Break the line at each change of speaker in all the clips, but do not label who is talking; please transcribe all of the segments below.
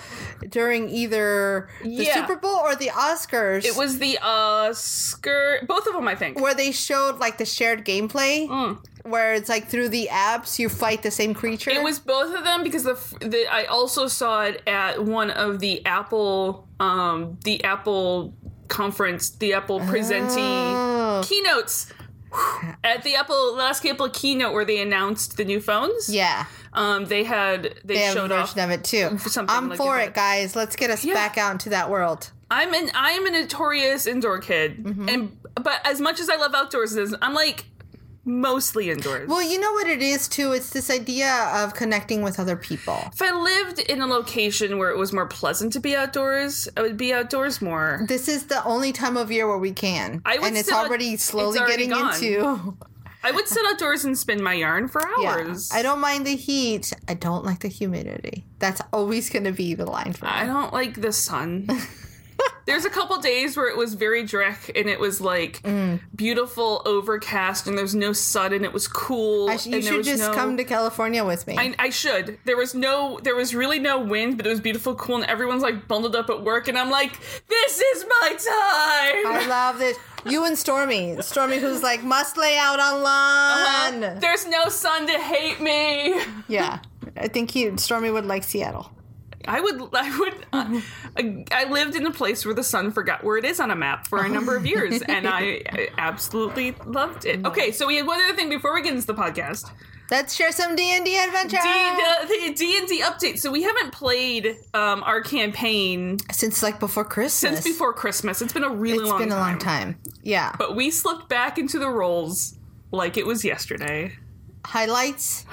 during either the
Yeah.
Super Bowl or the Oscars.
It was the uh skirt both of them I think.
where they showed like the shared gameplay,
Mm.
where it's like through the apps you fight the same creature.
It was both of them because the, f- the I also saw it at one of the Apple um the Apple conference, the Apple
Oh.
presentee keynotes Whew. at the Apple last Apple keynote where they announced the new phones.
yeah.
Um they had they,
They have a
showed off
version of it too.
something
I'm
like
for
that.
it, guys. Let's get us
Yeah.
back out into that world.
I'm an I'm a notorious indoor kid,
Mm-hmm.
and but as much as I love outdoors, is I'm like mostly indoors.
Well, you know what it is too. It's this idea of connecting with other people.
if I lived in a location where it was more pleasant to be outdoors, I would be outdoors more.
This is the only time of year where we can,
I would
and it's
still-
already
it's
slowly
already
getting
gone.
into.
I would sit outdoors and spin my yarn for
Yeah,
hours.
I don't mind the heat. I don't like the humidity. That's always going to be the line for me.
I don't like the sun. There's a couple days where it was very dreck and it was like
Mm.
beautiful overcast and there's no sun and it was cool.
I sh- you
and there
should
was
just
no-
come to California with me.
I, I should. There was no, there was really no wind, but it was beautiful, cool, and everyone's like bundled up at work, and I'm like, this is my time.
I love this. You and Stormy, Stormy, who's like must lay out on lawn.
Uh, There's no sun to hate me.
Yeah, I think he Stormy would like Seattle.
I would, I would, uh, I, I lived in a place where the sun forgot where it is on a map
Oh.
for a number of years, and I, I absolutely loved it. Okay, so we had one other thing before we get into the podcast.
Let's share some D and D adventure Ah.
D- the D and D update. So we haven't played um, our campaign
since like before Christmas.
since before Christmas. It's been a really
It's
long
been a
time.
long time. Yeah.
But we slipped back into the roles like it was yesterday.
Highlights.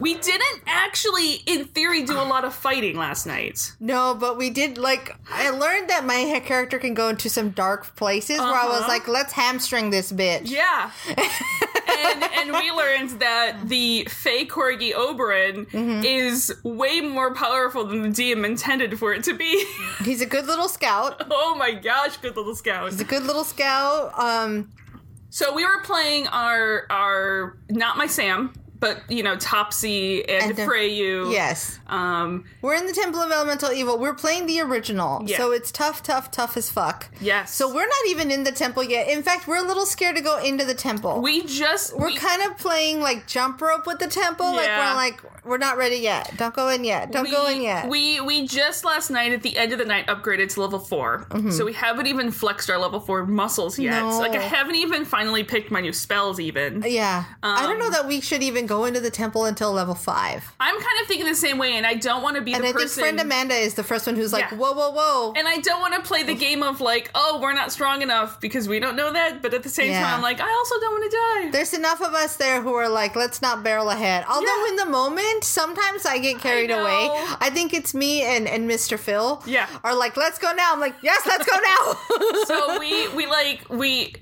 We didn't actually, in theory, do a lot of fighting last night.
No, but we did like I learned that my character can go into some dark places where I was
Uh-huh.
like, let's hamstring this bitch.
Yeah. and, and we learned that the fake Corgi Oberon
Mm-hmm.
is way more powerful than the DM intended for it to be.
He's a good little scout.
oh my gosh, good little scout.
He's a good little scout. Um,
So we were playing our our not my Sam, but you know Topsy and,
And, uh,
Freyu.
yes.
Um.
We're in the Temple of Elemental Evil. We're playing the original.
Yeah.
So it's tough, tough, tough as fuck.
Yes.
So we're not even in the temple yet. In fact, we're a little scared to go into the temple.
We just
we're
we-
kind of playing like jump rope with the temple. Like
Yeah.
we're like we're not ready yet. Don't go in yet. Don't go in yet.
We we just last night at the end of the night upgraded to level 4 so we haven't even flexed our level four muscles yet.
Mm-hmm. No.
So, like I haven't even finally picked my new spells. Even
yeah. I don't
Um,
know that we should even go into the temple until level five.
I'm kind of thinking the same way, and I don't want to be
And
the
I think
person.
friend Amanda is the first one who's like,
Yeah.
whoa, whoa, whoa.
and I don't want to play the game of like, oh, we're not strong enough because we don't know that. But at the same
Yeah.
time, like, I also don't want to die.
There's enough of us there who are like, let's not barrel ahead. Although
Yeah.
in the moment, sometimes I get carried
know.
away. I think it's me and, and Mr. Phil.
Yeah.
Are like, let's go now. I'm like, yes, let's go now.
so we we like we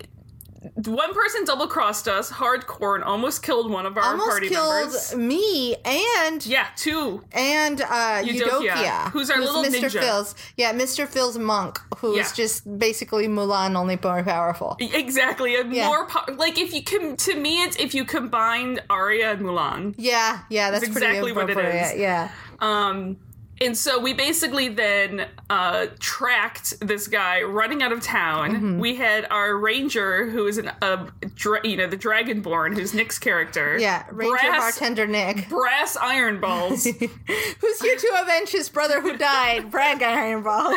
one person double crossed us hardcore and almost killed one of our
Almost
party
killed
members.
me and
Yeah, two.
and uh
Eudokia,
Eudokia,
who's our little
Mr.
ninja.
Phil's yeah, Mr. Phil's monk, who's
Yeah.
just basically Mulan only more powerful.
Exactly. A
Yeah.
more po- like if you can to me it's if you combined Arya and Mulan.
Yeah, yeah, that's pretty
exactly what it
appropriate,
is.
Yeah.
Um and so we basically then uh, tracked this guy running out of town.
Mm-hmm.
We had our ranger, who is an, a dra- you know the dragonborn, who's Nick's character.
Yeah. Ranger
brass,
bartender Nick.
brass iron balls.
Who's your two adventures brother who died? Brad Iron Balls.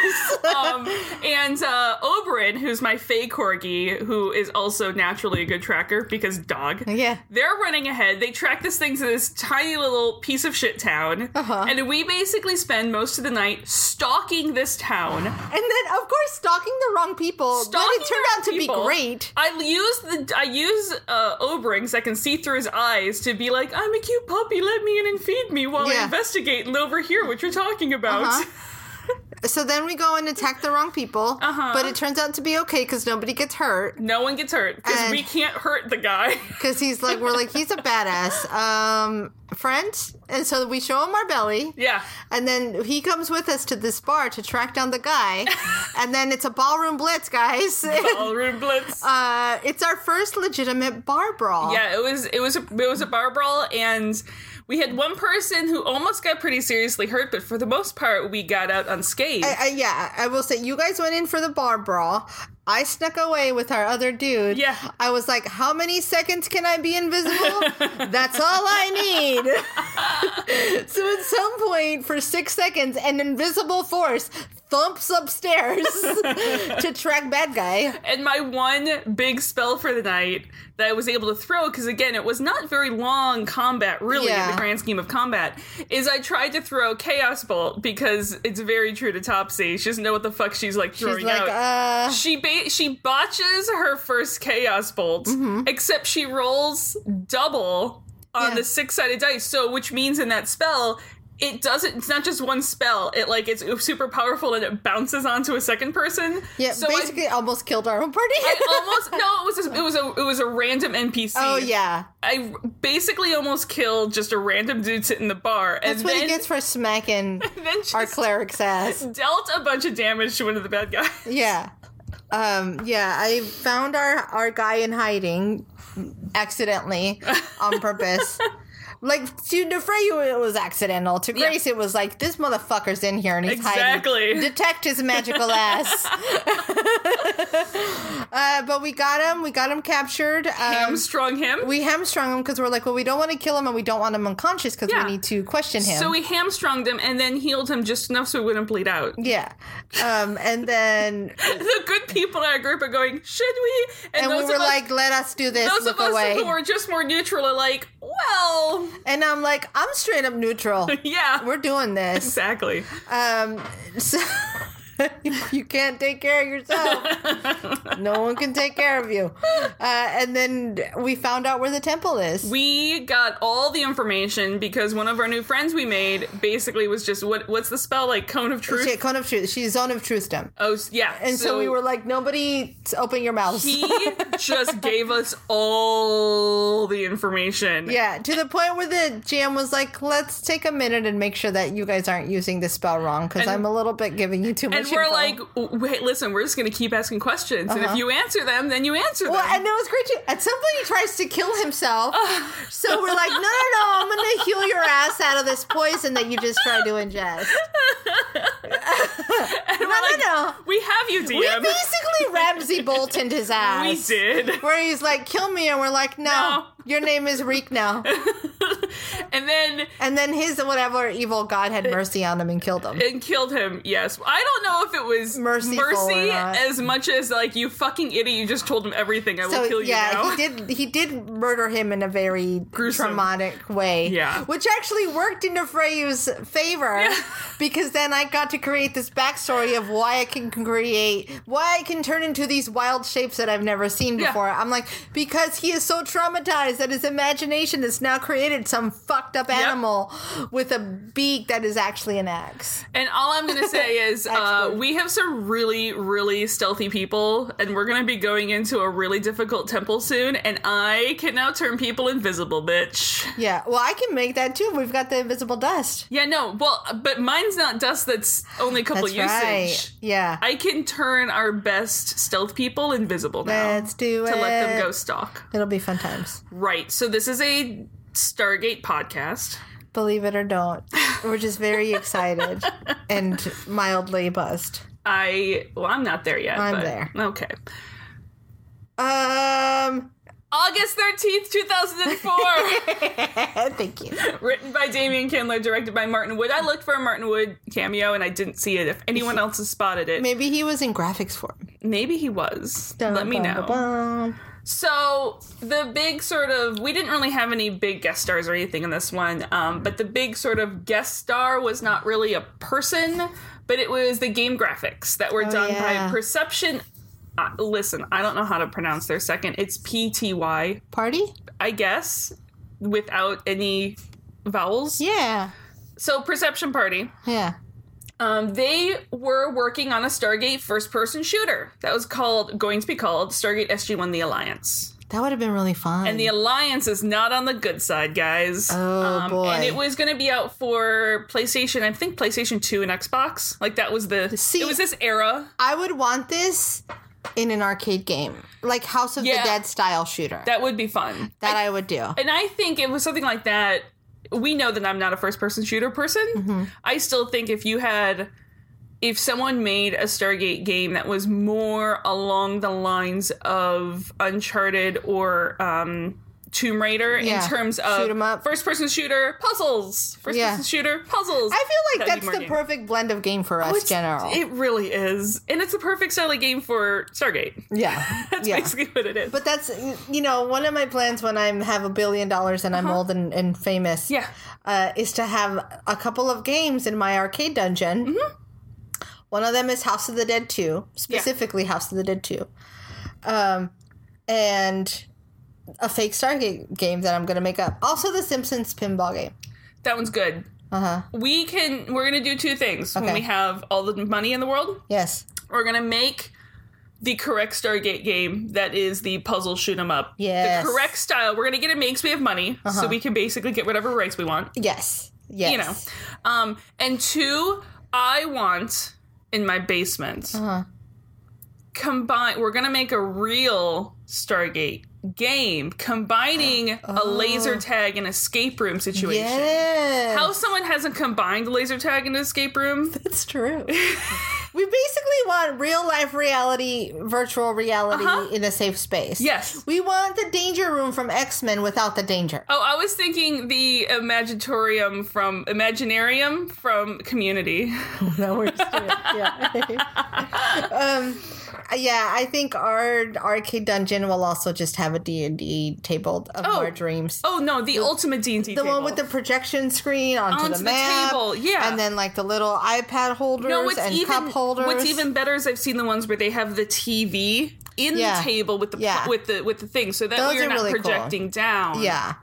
um, and uh, Oberon, who's my fey corgi, who is also naturally a good tracker because dog.
Yeah.
They're running ahead. They track this thing to this tiny little piece of shit town,
Uh-huh.
and we basically spend most of the night stalking this town.
And then, of course, stalking the wrong people.
Stalking
but it turned
the
out to
people.
be great.
I use the I use uh, Oberon because I can see through his eyes to be like, I'm a cute puppy. Let me in and feed me while I
Yeah.
investigate and overhear what you're talking about.
Uh-huh. So then we go and attack the wrong people.
Uh-huh.
But it turns out to be okay because nobody gets hurt.
No one gets hurt because
And-
we can't hurt the guy.
Because he's like, we're like, he's a badass. Um, friend. And so we show him our belly.
yeah.
And then he comes with us to this bar to track down the guy. and then it's a ballroom blitz, guys.
Ballroom Blitz.
uh, it's our first legitimate bar brawl.
yeah, it was it was a it was a bar brawl, and we had one person who almost got pretty seriously hurt, but for the most part, we got out unscathed.
I, I, yeah, I will say you guys went in for the bar brawl. I snuck away with our other dude.
Yeah.
I was like, how many seconds can I be invisible? That's all I need. so at some point, for six seconds, an invisible force thumps upstairs to track bad guy.
and my one big spell for the night that I was able to throw, because again, it was not very long combat, really, in
Yeah.
the grand scheme of combat, is I tried to throw Chaos Bolt because it's very true to Topsy. She doesn't know what the fuck she's like throwing
She's like,
out.
uh,
She ba- she botches her first chaos bolt, except she rolls double on
Mm-hmm. Yeah.
the six sided dice. So, which means in that spell, it doesn't. It's not just one spell. It like it's super powerful and it bounces onto a second person.
yeah,
So I-
basically almost killed our own party.
I, almost no. It was a, it was a it was a random NPC.
oh, yeah.
I basically almost killed just a random dude sitting in the bar.
That's
and
what
then,
he gets for smacking
Then just
our cleric's ass.
dealt a bunch of damage to one of the bad guys.
Yeah. Um, yeah, I found our, our guy in hiding accidentally on purpose. like to Defreyu, it was accidental. To Grace, it was like this motherfucker's in here and he's
Exactly.
hiding. Detect his magical ass. uh, but we got him. We got him captured. Um,
Hamstrung him.
we hamstrung him because we're like, well, we don't want to kill him and we don't want him unconscious because
Yeah.
we need to question him.
So we hamstrung him and then healed him just enough so he wouldn't bleed out.
yeah, um, and then
the good people in our group are going, should we?
and we
those
were
of us,
like, let us do this.
those
look
of us
away.
who are just more neutral are like, well,
And I'm like, I'm straight up neutral.
yeah,
We're doing this.
exactly.
Um, so, you can't take care of yourself. no one can take care of you. Uh, and then we found out where the temple is.
We got all the information because one of our new friends we made basically was just what what's the spell like cone of truth?
She, cone of truth. She's zone of truthdom.
Oh s- yeah.
And so, we were like, nobody open your mouths.
he just gave us all the information.
yeah, to the point where the GM was like, let's take a minute and make sure that you guys aren't using this spell wrong because
And-
I'm a little bit giving you too much.
And we're
info."
like, wait, listen, we're just going to keep asking questions. And if you answer them, then you answer
Uh-huh. Well,
them.
and it was great. Too. At some point, he tries to kill himself. so we're like, no, no, no, I'm going to heal your ass out of this poison that you just tried to ingest. no, no, no.
We have you, DM.
We basically Ramsey Boltoned his
We
ass.
did.
Where he's like, kill me. And we're like, no,
No.
your name is Reek now.
And then
And then his whatever evil god had mercy on him and killed him.
and killed him. Yes. I don't know if it was
Merciful
mercy
or not.
as much as like you fucking idiot, you just told him everything. I will
So
kill you
yeah,
now.
he did. He did murder him in a very
Gruesome.
traumatic way.
Yeah.
which actually worked into Freyu's favor because then I got to create this backstory of why I can create, why I can turn into these wild shapes that I've never seen
Yeah.
before. I'm like because he is so traumatized that his imagination has now created some fucked up animal with a beak that is actually an axe.
And all I'm gonna say is uh,
Excellent.
we have some really, really stealthy people, and we're gonna be going into a really difficult temple soon. And I can now turn people invisible, bitch.
Yeah, well, I can make that too. We've got the invisible dust.
Yeah, no, well, but mine's not dust. That's only a couple
That's
usage.
right. Yeah.
I can turn our best stealth people invisible now.
Let's do
to let them
it.
go stalk.
It'll be fun times.
Right. So this is a Stargate podcast.
Believe it or don't, we're just very excited and mildly buzzed.
I well, I'm not there yet.
I'm
but-
there.
Okay.
Um,
August thirteenth, two thousand and four.
thank you.
Written by Damian Kindler, directed by Martin Wood. I looked for a Martin Wood cameo and I didn't see it. If anyone else has spotted it,
Maybe he was in graphics form.
maybe he was. Let me know.
Dun-dun-dun-dun.
So, the big sort of, we didn't really have any big guest stars or anything in this one, um, but the big sort of guest star was not really a person, but it was the game graphics that were done
Oh, yeah.
by Perception. Uh, listen, I don't know how to pronounce their second. It's P T Y,
Party?
I guess, without any vowels.
Yeah.
So, Perception Party.
Yeah.
Um, they were working on a Stargate first person shooter that was called going to be called Stargate SG1 The Alliance.
That would have been really fun.
And the Alliance is not on the good side, guys.
Oh,
um,
boy.
And it was going to be out for PlayStation, I think PlayStation 2 and Xbox. Like that was the
See-
it was this era.
I would want this in an arcade game, like House of
Yeah.
the Dead style shooter. That,
That would be fun.
I, would do.
and I think it was something like that. We know that I'm not a first person shooter person.
Mm-hmm.
I still think if you had, if someone made a Stargate game that was more along the lines of Uncharted or um, Tomb Raider
Yeah.
in terms
Shoot 'em
of
up.
first person shooter puzzles, first
Yeah.
person shooter puzzles.
I feel like
that'd be
that's
more
the
game. Oh,
perfect blend of game for us,
It's-
general.
It really is. And it's a perfect style of game for Stargate.
yeah.
That's
yeah.
basically what it is.
But that's you know one of my plans when I have a billion dollars and I'm old and, and famous.
Uh-huh. Yeah.
uh, is to have a couple of games in my arcade dungeon.
Mm-hmm.
One of them is House of the Dead Two, specifically House of the Dead Two, um, and a fake Stargate game that I'm going to make up. Also, the Simpsons pinball game.
That one's good. We can. We're gonna do two things when
Uh-huh. Okay.
we have all the money in the world.
Yes.
We're gonna make the correct Stargate game that is the puzzle shoot 'em up.
Yes. Uh-huh.
The correct style. We're gonna get it made 'cause we have money, so we can basically get whatever rights we want.
Yes. Yes.
You know. Um, and two, I want in my basement.
Uh-huh.
Combine. We're gonna make a real Stargate game combining a
Oh.
laser tag and escape room situation.
Yeah.
How someone hasn't combined laser tag and escape room?
It's true. we basically want real life reality, virtual reality
Uh-huh.
in a safe space.
Yes.
We want the danger room from X Men without the danger.
Oh, I was thinking the Imagitorium from Imaginarium from Community.
No, we're just doing it. Yeah. um, yeah, I think our arcade dungeon will also just have a D and D table of
Oh.
our dreams.
Oh no, the ultimate D and D.
The one with the projection screen onto,
Onto
the
the
map,
table, yeah.
and then like the little iPad holders
no, what's
and
even
cup holders.
what's even better is I've seen the ones where they have the TV in
Yeah.
the table with the
Yeah.
with the with the thing, so that
Those
way you're
are
not
really cool.
projecting down.
yeah.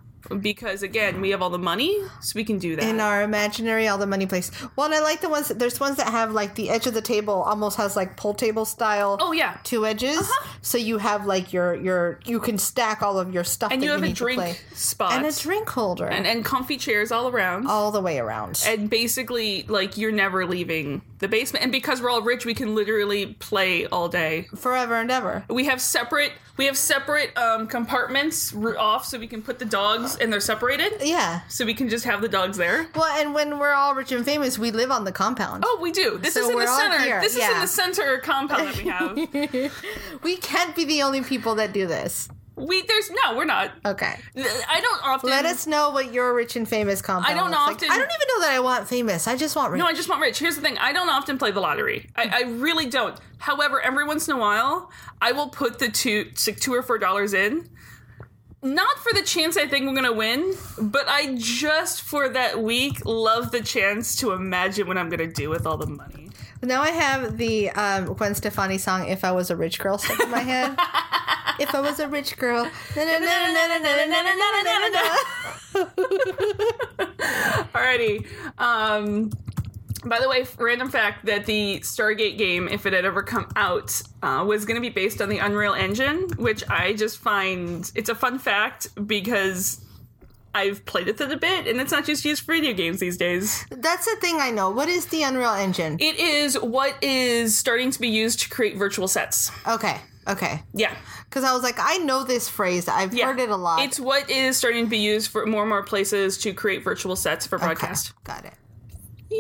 because again, we have all the money, so we can do that.
in our imaginary all the money place well and i like the ones there's ones that have like the edge of the table almost has like pool table style
Oh, yeah.
two edges
Uh-huh.
so you have like your your you can stack all of your stuff
and
that
you have a
need to play.
drink spot
and a drink holder
and, and comfy chairs all around.
all the way around
and basically, like you're never leaving the basement. And because we're all rich, we can literally play all day.
forever and ever
We have separate we have separate um, compartments r- off, so we can put the dogs and they're separated,
yeah
so we can just have the dogs there.
well and when we're all rich and famous we live on the compound
Oh, we do. This
So
is in
we're
the
all
center.
here,
This is in
yeah.
the center compound that we have.
we can't be the only people that do this
we there's no, we're not.
okay
I don't often
let us know what your rich and famous compound
I don't
looks like.
often-
i don't even know that i want famous i just want rich
No, I just want rich. Here's the thing: I don't often play the lottery. I, I really don't. However, every once in a while, I will put the two like two or four dollars in, not for the chance I think I'm gonna win, but I just for that week love the chance to imagine what I'm gonna do with all the money.
Now I have the um, Gwen Stefani song "If I Was a Rich Girl" stuck in my head. if I was a rich girl, na na na na na na na na na na na na.
Alrighty. Um, by the way, random fact that the Stargate game, if it had ever come out, uh, was going to be based on the Unreal Engine, which I just find it's a fun fact because I've played with it a bit, and it's not just used for video games these days.
That's the thing I know. What is the Unreal Engine?
It is what is starting to be used to create virtual sets.
Okay, okay.
Yeah,
Because I was like, I know this phrase. I've
yeah.
heard it a lot.
It's what is starting to be used for more and more places to create virtual sets for
Okay,
broadcast.
Got it.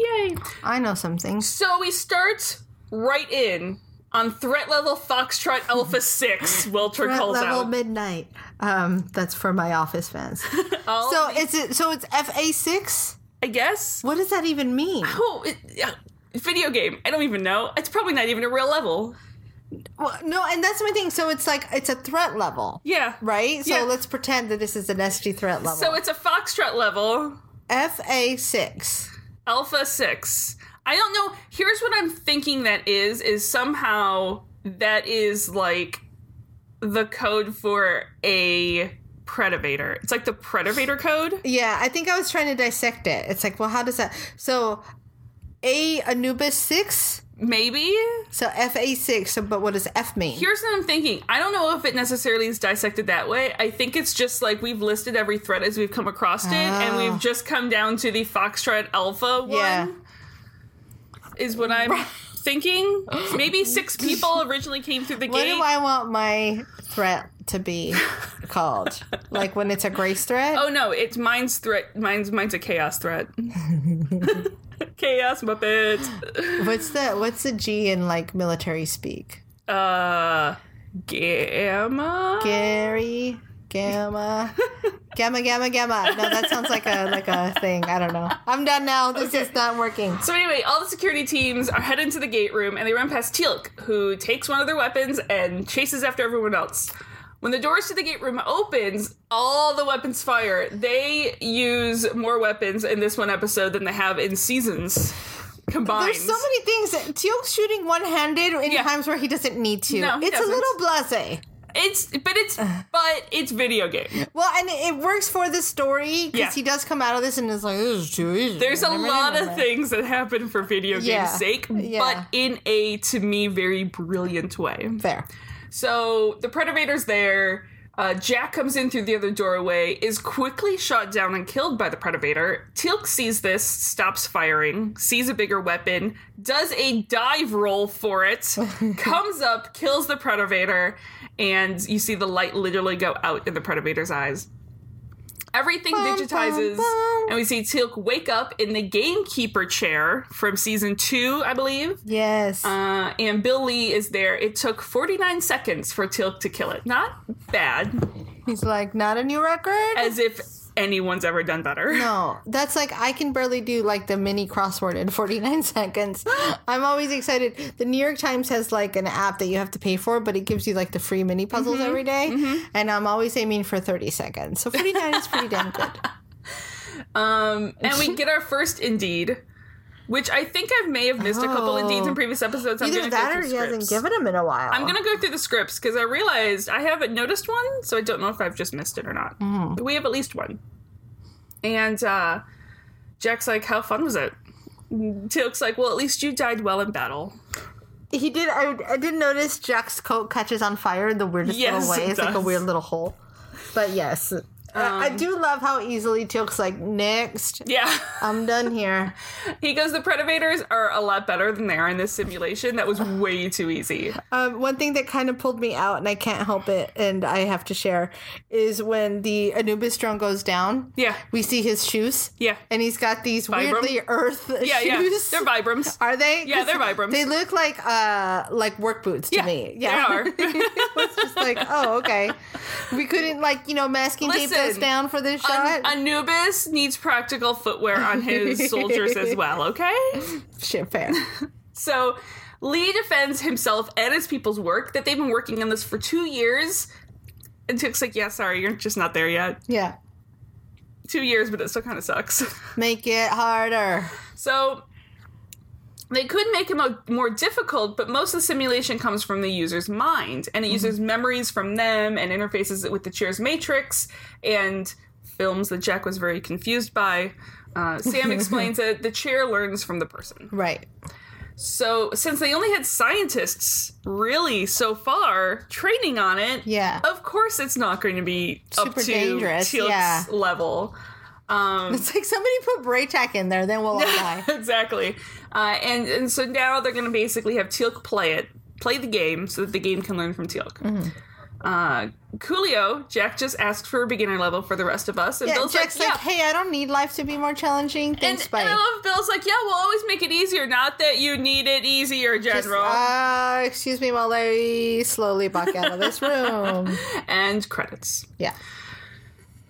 Yay!
I know some things.
So we start right in on threat level Foxtrot Alpha 6, Wilter
Front
calls
level
out.
midnight. Um, that's for my office fans.
All
so
the-
it's it. So it's FA six.
I guess.
What does that even mean?
Oh, it, yeah, video game. I don't even know. It's probably not even a real level.
Well, no, and that's my thing. So it's like it's a threat level.
Yeah.
right? So
Yeah.
let's pretend that this is an SG threat level.
So it's a Foxtrot level,
FA6.
Alpha 6. I don't know. Here's what I'm thinking that is is somehow that is like the code for a predator. It's like the predator code.
Yeah, I think I was trying to dissect it. It's like, well, how does that? So A Anubis 6,
Maybe?
so FA6, so, but what does F mean?
Here's what I'm thinking. I don't know if it necessarily is dissected that way. I think it's just like we've listed every threat as we've come across it, and we've just come down to the Foxtrot Alpha one.
Oh. yeah.
Is what I'm thinking. Maybe six people originally came through the
What
gate.
do I want my threat to be called? like when it's a grace threat?
oh no, it's mine's threat. Mine's mine's a chaos threat. chaos Muppet.
What's the what's the G in like military speak?
Uh, gamma.
Gary Gamma Gamma Gamma Gamma. No, that sounds like a like a thing. I don't know. I'm done now. This is not working.
So anyway, all the security teams are headed to the gate room and they run past Teal'c, who takes one of their weapons and chases after everyone else. When the doors to the gate room opens, all the weapons fire. They use more weapons in this one episode than they have in seasons combined.
There's so many things. Teal'c's shooting one-handed in
Yeah.
times where he doesn't need to.
No, he
it's a
doesn't.
little blasé.
It's but it's but it's video game.
Well, and it works for the story because
Yeah.
he does come out of this and is like, "This is too easy."
There's a
Remember,
lot of
remember.
things that happen for video game's
Yeah.
sake,
Yeah.
but in a to me very brilliant way.
There.
So the Predator's there. Uh, Jack comes in through the other doorway, is quickly shot down and killed by the Predator. Teal'c sees this, stops firing, sees a bigger weapon, does a dive roll for it, comes up, kills the Predator, and you see the light literally go out in the Predator's eyes. Everything digitizes,
bum.
and we see Teal'c wake up in the gamekeeper chair from season two, I believe.
Yes.
Uh, and Bill Lee is there. It took 49 seconds for Teal'c to kill it. Not bad,
He's like, "Not a new record."
as if anyone's ever done better.
No, that's like I can barely do like the mini crossword in 49 seconds. I'm always excited. The New York Times has like an app that you have to pay for, but it gives you like the free mini puzzles
Mm-hmm.
every day, And I'm always aiming for 30 seconds. So 49 is pretty damn good.
Um, and we get our first Indeed, which I think I may have missed a couple Indeeds in previous episodes. I'm
Oh. Either
gonna go
that or
through
he hasn't
scripts.
given them in a while.
I'm gonna go through the scripts because I realized I haven't noticed one, so I don't know if I've just missed it or not.
Mm.
But we have at least one. And uh, Jack's like, "How fun was it?" Tilk's like, "Well, at least you died well in battle."
He did. I, I did notice Jack's coat catches on fire in the weirdest
Yes,
little way.
it
It's like a
does. Um,
weird little hole. But yes, I, I do love how easily Tilk's like next.
Yeah,
I'm done here.
he goes. The Predators are a lot better than they are in this simulation. That was way too easy.
Um, one thing that kind of pulled me out, and I can't help it, and I have to share, is when the Anubis drone goes down.
Yeah,
We see his shoes.
Yeah.
And he's got these
Vibram?
weirdly earth
yeah, yeah.
shoes.
They're Vibrams.
Are they?
Yeah, they're
'Cause
Vibrams.
They look like uh like work boots to
Yeah,
me.
they are.
it was just like, oh, okay. We couldn't like, you know, masking tape those
Listen,
down for this shot.
An- Anubis needs practical footwear on his soldiers as well. Okay.
Shit fair.
So Lee defends himself and his people's work that they've been working on this for two years. And Took's like, yeah, sorry, you're just not there yet.
Yeah.
Two years, but it still kind of sucks.
Make it harder.
so they could make it mo- more difficult, but most of the simulation comes from the user's mind, and it
Mm-hmm.
uses memories from them and interfaces it with the Cheers Matrix and films that Jack was very confused by. Uh, Sam explains that the chair learns from the person.
Right.
So, since they only had scientists really so far training on it,
Yeah.
of course it's not going to be up
Super
to
dangerous,
Teal'c's
yeah.
level. Um,
It's like somebody put Braytac in there, then we'll all die.
exactly. Uh, and and so now they're going to basically have Teal'c play it, play the game, so that the game can learn from Teal'c.
Mm-hmm.
Uh, Coolio, Jack just asked for a beginner level for the rest of us, and
Yeah,
Bill's
Jack's
like,
like,
yeah.
hey, I don't need life to be more challenging.
and,
Thanks,
and
buddy.
I love Bill's like, yeah, we'll always make it easier. Not that you need it easier,
Just,
General.
uh, excuse me while I slowly walk out of this room.
and credits.
Yeah.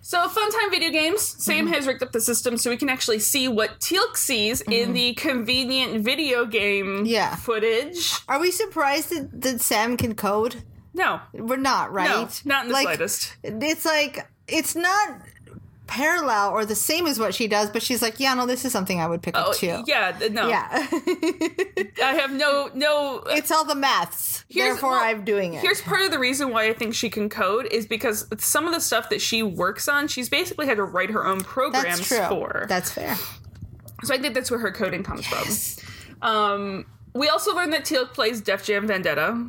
So, fun time video games. Sam
Mm-hmm.
has rigged up the system so we can actually see what Teal'c sees in the convenient video game
Mm-hmm. Yeah.
footage.
Are we surprised that, that Sam can code?
No,
We're not, right?
no, not in the
like,
slightest.
It's like it's not parallel or the same as what she does, but she's like, yeah, no, this is something I would pick
Oh,
up too.
yeah, th- no.
Yeah.
I have no, no.
it's all the maths.
Here's-
Therefore,
well,
I'm doing it.
Here's part of the reason why I think she can code is because some of the stuff that she works on, she's basically had to write her own programs
that's true.
for.
That's fair.
So I think that's where her coding comes from. Um, we also learned that Teal'c plays Def Jam Vendetta,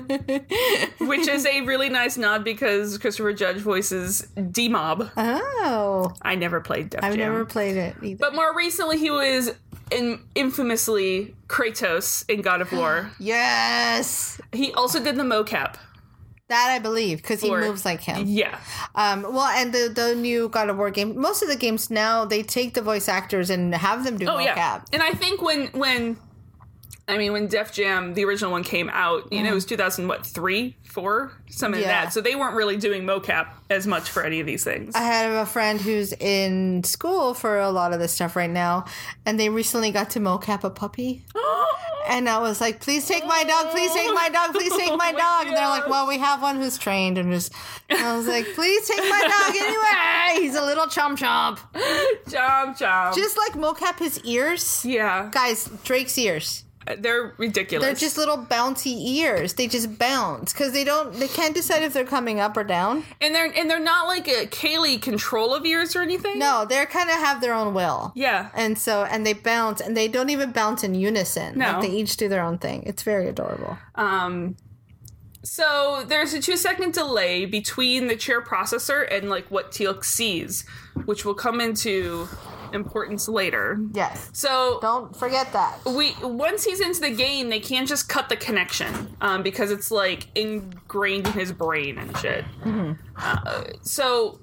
which is a really nice nod because Christopher Judge voices D Mob.
Oh,
I never played Def
I've
Jam,
never played it either.
but more recently he was in, infamously Kratos in God of War.
yes,
He also did the mocap.
that I believe because he
for-
moves like him.
Yeah,
Um, well, and the the new God of War game. Most of the games now they take the voice actors and have them do
oh
mocap.
yeah. And I think when when I mean when Def Jam the original one came out, you know it was two thousand what three four something like
Mm-hmm. Yeah.
that. So they weren't really doing mocap as much for any of these things.
I had a friend who's in school for a lot of this stuff right now, and they recently got to mocap a puppy.
Oh.
And I was like, please take my dog, please take my dog, please take my
Oh my
dog. And they're like,
gosh.
well, we have one who's trained and just. And I was like, please take my dog anyway. He's a little chomp chomp.
Chomp chomp.
Just like mocap his ears.
yeah,
Guys, Drake's ears.
they're ridiculous.
They're just little bouncy ears. They just bounce because they don't, they can't decide if they're coming up or down.
and they're and they're not like a Kaylee control of yours or anything.
No, they're kind of have their own will.
Yeah.
and so and they bounce and they don't even bounce in unison
No.
like they each do their own thing it's very adorable
Um. So there's a two second delay between the chair processor and like what Teal'c sees, which will come into importance later.
yes
So
don't forget that
we once he's into the game, they can't just cut the connection um, because it's like ingrained in his brain and shit. Uh, so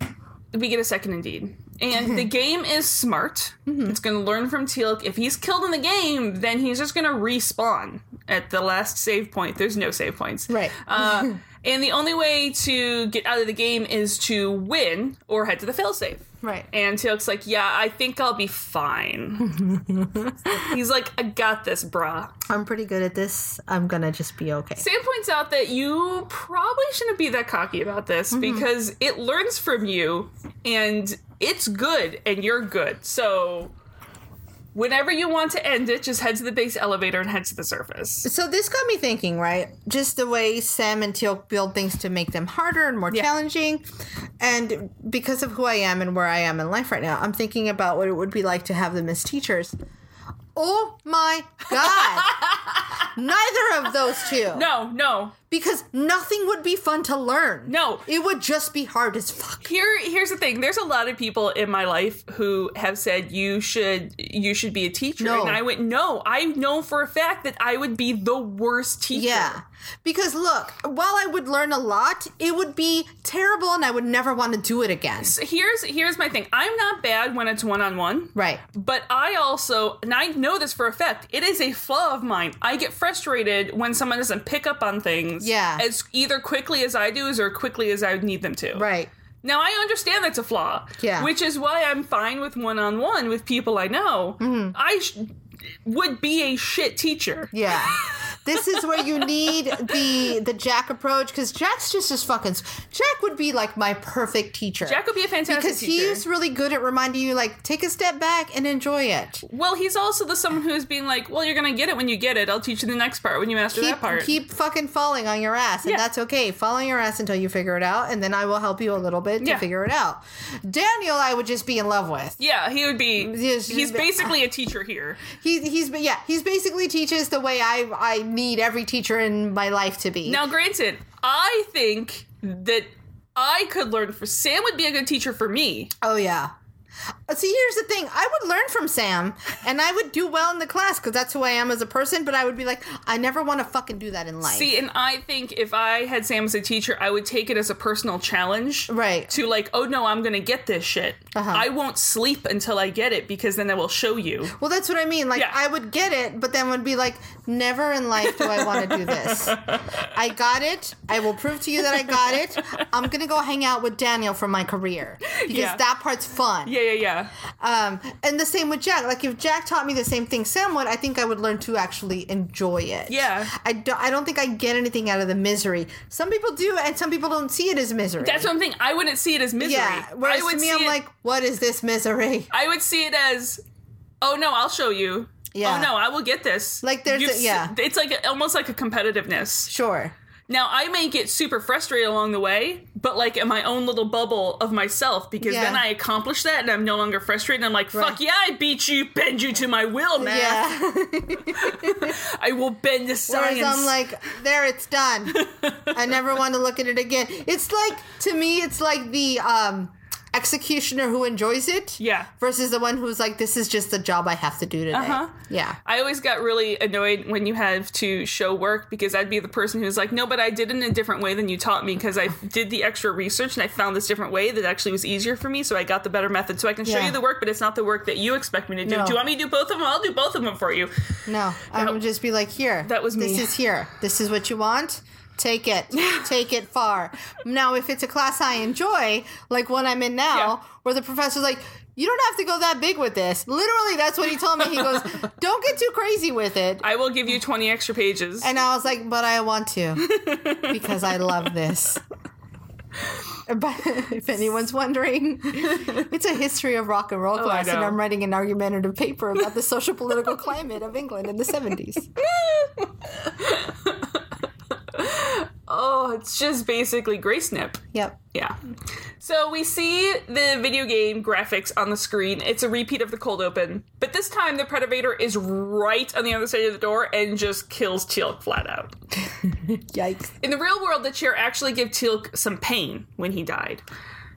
we get a second indeed, and the game is smart. It's going to learn from Teal'c. If he's killed in the game, then he's just going to respawn at the last save point. There's no save points,
Right.
Uh, And the only way to get out of the game is to win or head to the failsafe.
Right.
And Teal'c's like, yeah, I think I'll be fine. He's like, I got this, brah.
I'm pretty good at this. I'm gonna just be okay.
Sam points out that you probably shouldn't be that cocky about this because it learns from you and it's good and you're good. So whenever you want to end it, just head to the base elevator and head to the surface.
So this got me thinking, right? Just the way Sam and Teal build things to make them harder and more challenging. And because of who I am and where I am in life right now, I'm thinking about what it would be like to have them as teachers. Oh my god. Neither of those two.
No, no.
Because nothing would be fun to learn.
No.
It would just be hard as fuck.
Here here's the thing. There's a lot of people in my life who have said you should you should be a teacher
No.
and I went, "No, I know for a fact that I would be the worst teacher."
Yeah. Because look, while I would learn a lot, it would be terrible and I would never want to do it again.
Here's here's my thing. I'm not bad when it's one-on-one.
Right.
But I also, and I know this for a fact, it is a flaw of mine. I get frustrated when someone doesn't pick up on things
Yeah.
as either quickly as I do as or quickly as I would need them to.
Right.
Now I understand that's a flaw.
Yeah.
Which is why I'm fine with one on one with people I know. I sh- would be a shit teacher.
Mm-hmm. Yeah. This is where you need the the Jack approach because Jack's just as fucking. s- Jack would be like my perfect teacher.
Jack would be a fantastic
because
teacher.
he's really good at reminding you like take a step back and enjoy it.
well, he's also the someone who's being like, "Well, you're gonna get it when you get it. I'll teach you the next part when you master
Keep
that part."
keep fucking falling on your ass and
Yeah.
that's okay. Fall on your ass until you figure it out and then I will help you a little bit to
Yeah.
figure it out. Daniel, I would just be in love with.
yeah, he would be.
Yes,
he's
but-
basically a teacher here.
He, he's yeah he's basically teaches the way I I need every teacher in my life to be.
Now, granted, I think that I could learn from Sam would be a good teacher for me.
Oh yeah. Uh, See, here's the thing. I would learn from Sam, and I would do well in the class because that's who I am as a person. But I would be like, I never want to fucking do that in life.
See, and I think if I had Sam as a teacher, I would take it as a personal challenge.
Right.
To like, oh no, I'm gonna get this shit.
Uh-huh.
I won't sleep until I get it because then I will show you.
well, that's what I mean. Like,
Yeah.
I would get it, but then would be like, never in life do I want to do this. I got it. I will prove to you that I got it. I'm gonna go hang out with Daniel for my career because
Yeah.
that part's fun.
Yeah, yeah, yeah.
Um, and the same with Jack. Like if Jack taught me the same thing Sam would, I think I would learn to actually enjoy it.
Yeah.
I don't. I don't think I get anything out of the misery. Some people do, and some people don't see it as misery.
That's what I'm thinking. I wouldn't see it as misery.
Yeah. Whereas
I would
to me,
see
I'm
it-
like, what is this misery?
I would see it as, oh no, I'll show you.
Yeah.
Oh no, I will get this.
Like, there's
You've
a- yeah.
s- It's like a, almost like a competitiveness.
Sure.
Now I may get super frustrated along the way, but like in my own little bubble of myself, because
Yeah.
then I accomplish that and I'm no longer frustrated. And I'm like, fuck
Right.
yeah, I beat you, bend you to my will, man.
Yeah.
I will bend to science.
Whereas I'm like, there, it's done. I never want to look at it again. It's like to me, it's like the um, executioner who enjoys it.
Yeah.
Versus the one who's like, this is just the job I have to do today.
Uh-huh.
Yeah.
I always got really annoyed when you have to show work because I'd be the person who's like, no, but I did it in a different way than you taught me because I did the extra research and I found this different way that actually was easier for me. So I got the better method. So I can show
Yeah.
you the work, but it's not the work that you expect me to do.
No.
Do you want me to do both of them? I'll do both of them for you.
No, I would just be like, here.
That was
This
me.
is here. This is what you want. Take it. Take it far. Now, if it's a class I enjoy, like one I'm in now,
Yeah.
where the professor's like, you don't have to go that big with this. Literally, that's what he told me. He goes, don't get too crazy with it.
I will give you 20 extra pages.
And I was like, but I want to because I love this. But if anyone's wondering, it's a history of rock and roll
Oh, I
class, and
know.
I'm writing an argumentative paper about the social political climate of England in the 70s.
oh, it's just basically Grace Nip.
Yep.
Yeah. So we see the video game graphics on the screen. It's a repeat of the cold open, but this time the Predator is right on the other side of the door and just kills Teal'c flat out.
Yikes.
In the real world, the chair actually gave Teal'c some pain when he died.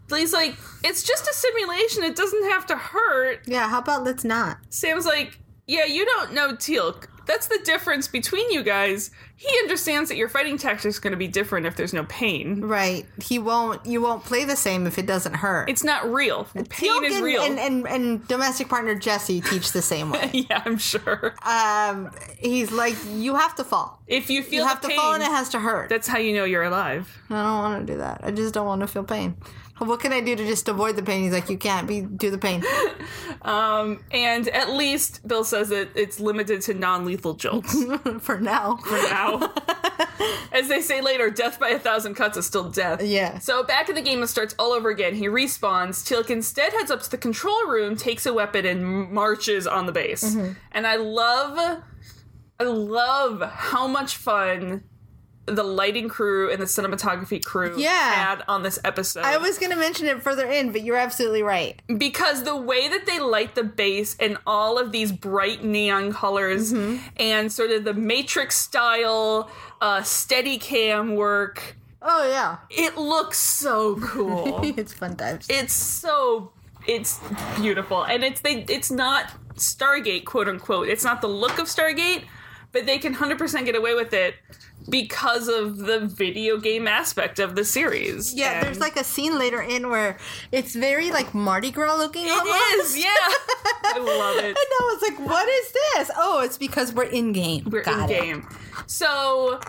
So he's like, it's just a simulation. It doesn't have to hurt.
Yeah, how about let's not?
Sam's like, yeah, you don't know Teal'c. That's the difference between you guys. He understands that your fighting tactics is going to be different if there's no pain.
Right. He won't. You won't play the same if it doesn't hurt.
It's not real. Pain
Teal'c
is
and,
real.
And, and and domestic partner Jesse teach the same way.
yeah, I'm sure.
Um, he's like, you have to fall.
if you
You
feel
have
the
to
pain,
fall, and it has to hurt.
that's how you know you're alive.
I don't want to do that. I just don't want to feel pain. What can I do to just avoid the pain? He's like, you can't be do the pain.
And at least Bill says that it's limited to non-lethal jolts.
for now.
now. As they say later, death by a thousand cuts is still death.
Yeah.
So back in the game, it starts all over again. He respawns. Teal'c instead heads up to the control room, takes a weapon, and marches on the base.
Mm-hmm.
And I love, I love how much fun the lighting crew and the cinematography crew
Yeah.
had on this episode
I was going to mention it further in, but you're absolutely right.
because the way that they light the base and all of these bright neon colors
Mm-hmm.
and sort of the matrix style uh steady cam work
Oh yeah,
it looks so cool
it's fun times.
it's so it's beautiful and it's they it's not stargate quote unquote it's not the look of stargate but they can 100% get away with it because of the video game aspect of the series
yeah,
And-
there's like a scene later in where it's very like Mardi Gras looking.
it is yeah i love it
And I was like, what is this? Oh, it's because we're in game.
We're
Got
in
it.
game. So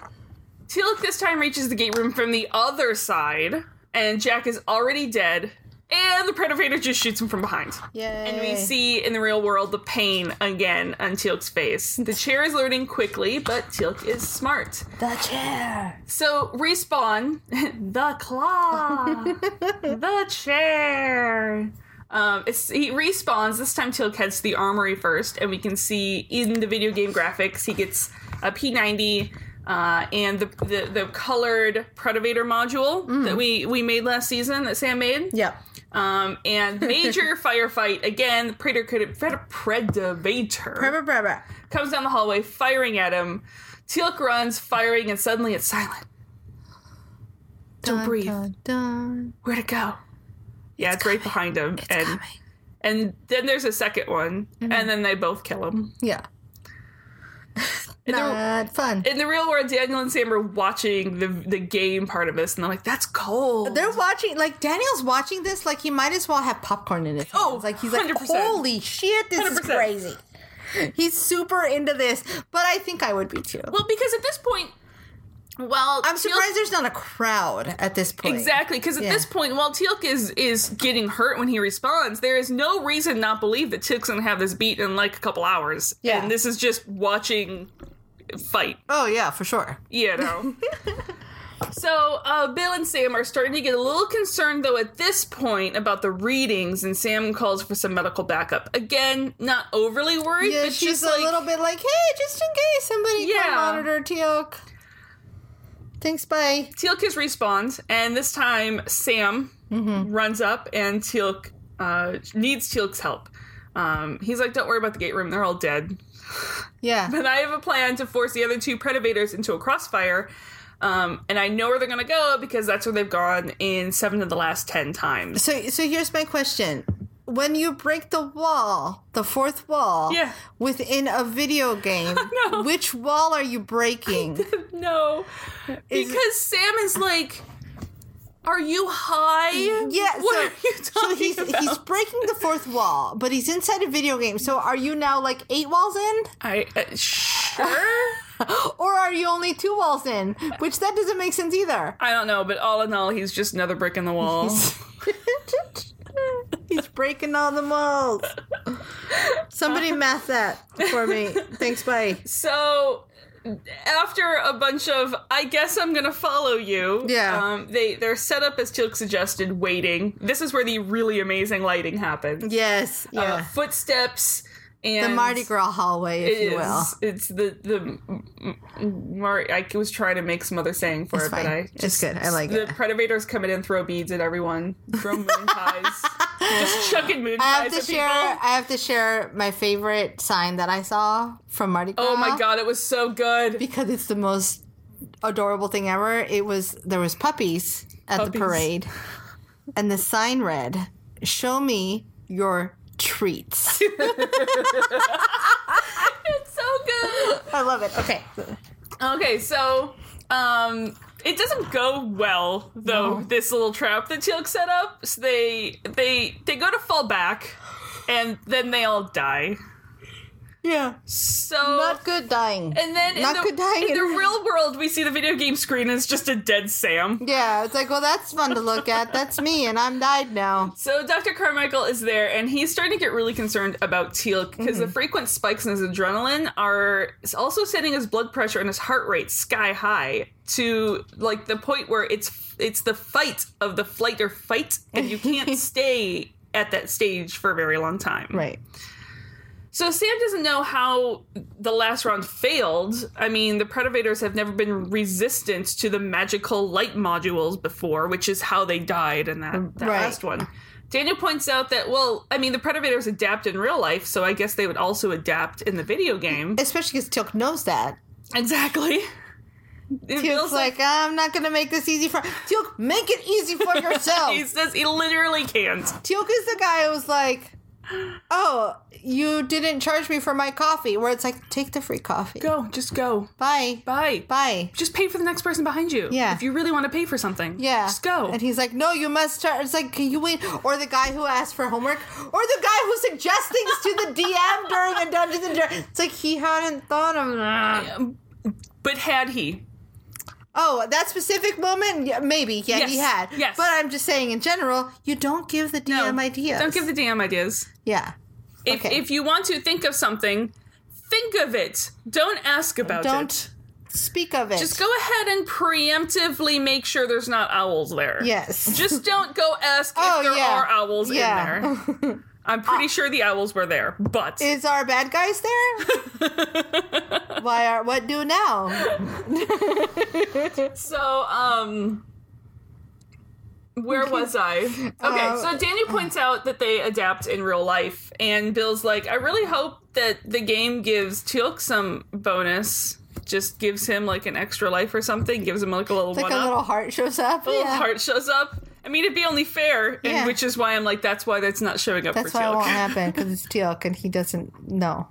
Teal'c this time reaches the gate room from the other side, and Jack is already dead. And the Predator just shoots him from behind.
Yay.
And we see in the real world the pain again on Teal'c's face. The chair is learning quickly, but Teal'c is smart.
the chair.
So respawn the claw, the chair. Um, it's, he respawns this time. Teal'c heads to the armory first, and we can see in the video game graphics he gets a P90 uh, and the, the the colored Predator module that we we made last season that Sam made.
Yep.
Um, and major firefight again. The Predator could Predator
Brr, brr, brr.
comes down the hallway firing at him. Teal'c runs, firing, and suddenly it's silent. Don't
Dun,
breathe.
dun, dun.
Where to go? Yeah, it's, right behind him. and
Coming. Mm-hmm.
and then there's a second one, and then they both kill him.
Yeah.
In,
Not fun.
the, in the real world, Daniel and Sam are watching the the game part of this, and they're like, "That's cold."
They're watching, like Daniel's watching this, like he might as well have popcorn in his. Hands.
Oh,
like he's like,
100%.
holy shit, this is
100%.
crazy. He's super into this, but I think I would be too.
well, because at this point, well,
I'm surprised there's not a crowd at this point.
Exactly, because at
Yeah.
this point, while Teal'c is is getting hurt when he responds, there is no reason not believe that Teal'c's gonna have this beat in like a couple hours.
Yeah.
and this is just watching fight.
Oh yeah, for sure.
You know. so uh, Bill and Sam are starting to get a little concerned though at this point about the readings, and Sam calls for some medical backup. Again, not overly worried,
Yeah,
but
she's
just
a
like.
little bit like, hey, just in case somebody
Yeah.
can monitor Teok. Thanks, bye.
Teal'c is respawned, and this time Sam
Mm-hmm.
runs up and Teal'c uh, needs Teal'c's help. Um, he's like, "Don't worry about the gate room; they're all dead."
Yeah,
But I have a plan to force the other two Predators into a crossfire, um, and I know where they're gonna go because that's where they've gone in seven of the last ten times.
So, so here's my question: When you break the wall, the fourth wall,
Yeah.
within a video game,
know.
which wall are you breaking?
No, because Sam is like, "Are you high?
Yeah,
what
so,
are you talking
so he's
about?"
he's breaking the fourth wall, but he's inside a video game. So are you now like eight walls in,
I uh, sure.
or are you only two walls in? Which that doesn't make sense either.
I don't know, but all in all, he's just another brick in the wall.
He's breaking all the walls.
Uh,
Somebody math that for me. Thanks, bye.
So after a bunch of I guess I'm gonna follow you.
Yeah.
Um, they they're set up as Teal'c suggested, waiting. This is where the really amazing lighting happens.
Yes,
Uh,
yeah.
footsteps
the
and
Mardi Gras hallway,
It
if you will.
is. It's the the m- m- m- Mar. I was trying to make some other saying for
It's
it,
fine.
but I
It's good. I like
the
it.
Predators come in and throw beads at everyone. Throw moon pies. Just chucking moon
I
pies
have to
at
share.
people.
I have to share my favorite sign that I saw from Mardi Gras.
Oh my god, it was so good.
Because it's the most adorable thing ever. It was there was puppies at the
Puppies.
parade, and the sign read, "Show me your treats."
It's so good.
I love it. Okay.
Okay, so um it doesn't go well though this little trap that Teal'c set up. So they they they go to fall back and then they all die.
Yeah.
So
Not good dying.
and then
not
in, the,
good dying.
in the real world we see the video game screen and it's just a dead Sam.
yeah, it's like, well, that's fun to look at. That's me, and I'm died now.
So Dr. Carmichael is there, and he's starting to get really concerned about Teal'c because
Mm-hmm.
the frequent spikes in his adrenaline are also setting his blood pressure and his heart rate sky high to like the point where it's it's the fight of the flight or fight, and you can't stay at that stage for a very long time.
Right.
So Sam doesn't know how the last round failed. I mean, the Predators have never been resistant to the magical light modules before, which is how they died in that, that
Right.
last one. Daniel points out that, well, I mean, the Predators adapt in real life, so I guess they would also adapt in the video game.
Especially because Tilk knows that.
exactly. It
Teal's
feels
like, I'm not gonna make this easy for Teal'c. Make it easy for yourself.
he says he literally can't.
Teal'c is the guy who was like, "Oh, you didn't charge me for my coffee." Where it's like, take the free coffee.
Go, just go.
Bye.
Bye.
Bye.
Just pay for the next person behind you.
Yeah.
If you really want to pay for something.
Yeah.
Just go.
And he's like, "No, you must charge." It's like, can you wait? Or the guy who asked for homework, or the guy who suggests things to the DM during a Dungeons and Dragons. It's like he hadn't thought of that.
Uh, but had he,
Oh, that specific moment, yeah, maybe. Yeah, he
Yes.
had.
Yes.
But I'm just saying, in general, you don't give the DM
No,
ideas.
Don't give the DM ideas.
yeah.
If,
Okay.
if you want to think of something, think of it. Don't ask about it.
Don't speak of it.
Just go ahead and preemptively make sure there's not owls there.
Yes.
Just don't go ask
Oh,
if there
yeah.
are owls
Yeah.
in there. I'm pretty sure the owls were there, but
Is our bad guys there? Why are what do now?
so um where was I? Okay,
Uh,
so Daniel points out that they adapt in real life, and Bill's like, I really hope that the game gives Teal'c some bonus, just gives him like an extra life or something, gives him like a little
Like
one
a
up.
little heart shows up.
little
Yeah.
heart shows up. I mean, it'd be only fair, and
Yeah.
which is why I'm like, that's why that's not showing up
That's
for
why it
Teal'c.
won't happen because it's Teal'c and he doesn't know.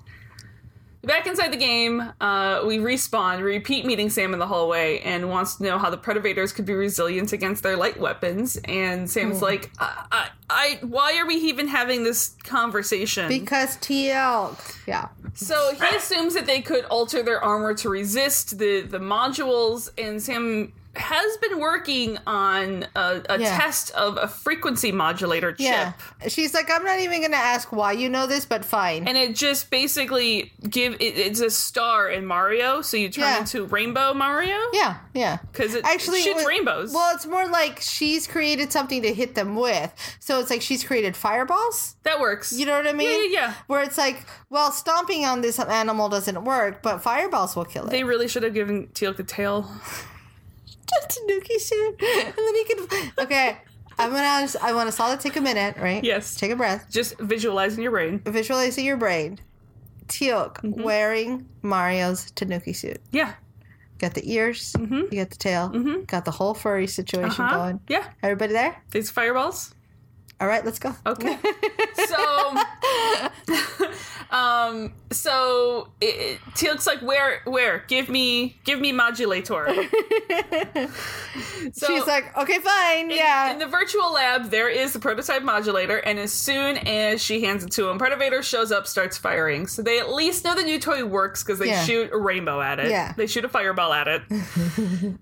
Back inside the game, uh, we respawn, repeat meeting Sam in the hallway, and wants to know how the Predators could be resilient against their light weapons. And
Hmm.
Sam's like, I, I, I, why are we even having this conversation?
Because Teal'c, yeah,
so he assumes that they could alter their armor to resist the, the modules, and Sam has been working on a, a
Yeah.
test of a frequency modulator chip.
yeah. She's like, I'm not even gonna ask why you know this, but fine.
and it just basically give it, it's a star in Mario, so you turn
Yeah.
into Rainbow Mario
yeah, yeah.
because it
Actually,
actually shoots
it wa-
rainbows.
Well, it's more like she's created something to hit them with. So it's like she's created fireballs.
that works.
You know what I mean?
yeah, yeah.
Where it's like, well, stomping on this animal doesn't work, but fireballs will kill it.
they really should have given Teal'c the tail.
to Nuki soon, and then he can. Okay, I'm gonna. Just, I want us all to take a minute, right?
Yes.
Take a breath.
Just visualize in your brain.
Visualize in your brain. Teal'c
Mm-hmm.
wearing Mario's Tanuki suit.
Yeah,
Got the ears.
Mm-hmm.
You got the tail. Got the whole furry situation
Huh?
going.
uh-huh. yeah.
Everybody there?
These fireballs.
All right, let's go.
Okay. so, um, so it, it, Teal'c's like, where, where? Give me, give me modulator. so,
She's like, okay, fine, yeah.
In the virtual lab, there is the prototype modulator, and as soon as she hands it to him, Predator shows up, starts firing. So they at least know the new toy works because they
Yeah.
shoot a rainbow at it.
Yeah.
They shoot a fireball at it.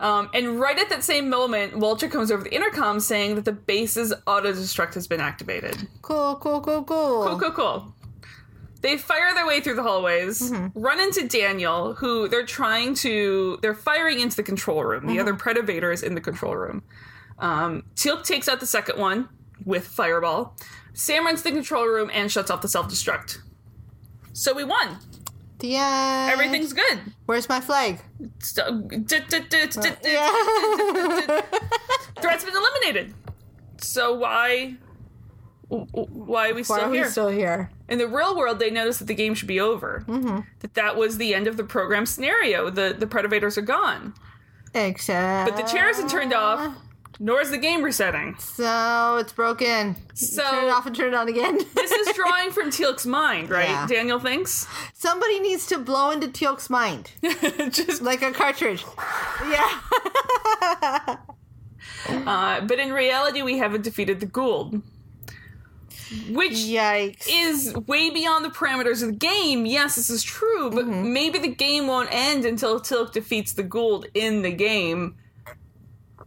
um, and right at that same moment, Walter comes over the intercom saying that the base's auto destruct has been activated.
cool, cool, cool, cool.
Cool, cool, cool. They fire their way through the hallways,
Mm-hmm.
run into Daniel, who they're trying to. They're firing into the control room. The
Mm-hmm.
other Predator is in the control room. Um, Teal'c takes out the second one with Fireball. Sam runs to the control room and shuts off the self destruct. So we won.
The end.
Everything's good.
Where's my flag?
So, d- d- d- d- d-
Yeah.
Threat's been eliminated. So why? w- w- Why are we still
Why are we
here?
still here?
In the real world, they noticed that the game should be over.
Mm-hmm.
That that was the end of the program scenario. The the predators are gone.
Except. Ah.
But the chairs are turned off, nor is the game resetting.
So it's broken.
So-
turn it off and turn it on again.
This is drawing from Teal'c's mind, right?
Yeah.
Daniel thinks.
Somebody needs to blow into Teal'c's mind
Just
like a cartridge. Yeah.
Uh, but in reality, we haven't defeated the Gould, which
Yikes.
is way beyond the parameters of the game. Yes, this is true, but
Mm-hmm.
maybe the game won't end until Tilk defeats the Gould in the game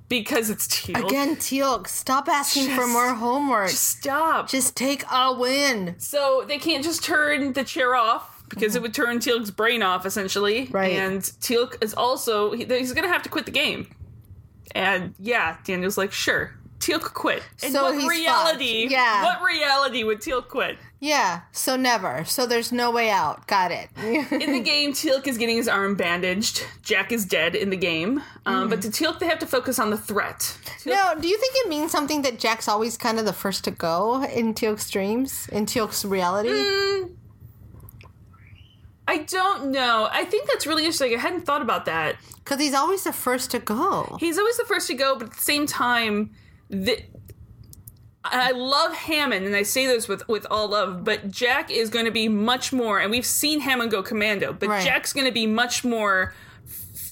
because it's Teal'c.
Again, Teal'c, stop asking for
Just-
more homework. Just,
stop.
take a win.
so they can't just turn the chair off because it would turn Teal'c's brain off essentially.
Right.
And Teal'c is also he, he's going to have to quit the game. And yeah, Daniel's like, sure. Teal'c quit. And
So
what
he's
reality?
fucked. Yeah.
What reality would Teal'c quit?
Yeah, so never. So there's no way out. Got it.
In the game, Teal'c is getting his arm bandaged. Jack is dead in the game. Um, But to Teal'c, they have to focus on the threat.
no, do you think it means something that Jack's always kind of the first to go in Teal'c's dreams, in Teal'c's reality?
Mm. I don't know. I think that's really interesting. I hadn't thought about that.
Because he's always the first to go.
He's always the first to go, but at the same time, the. I love Hammond, and I say this with, with all love, but Jack is going to be much more, and we've seen Hammond go commando, but
Right.
Jack's going to be much more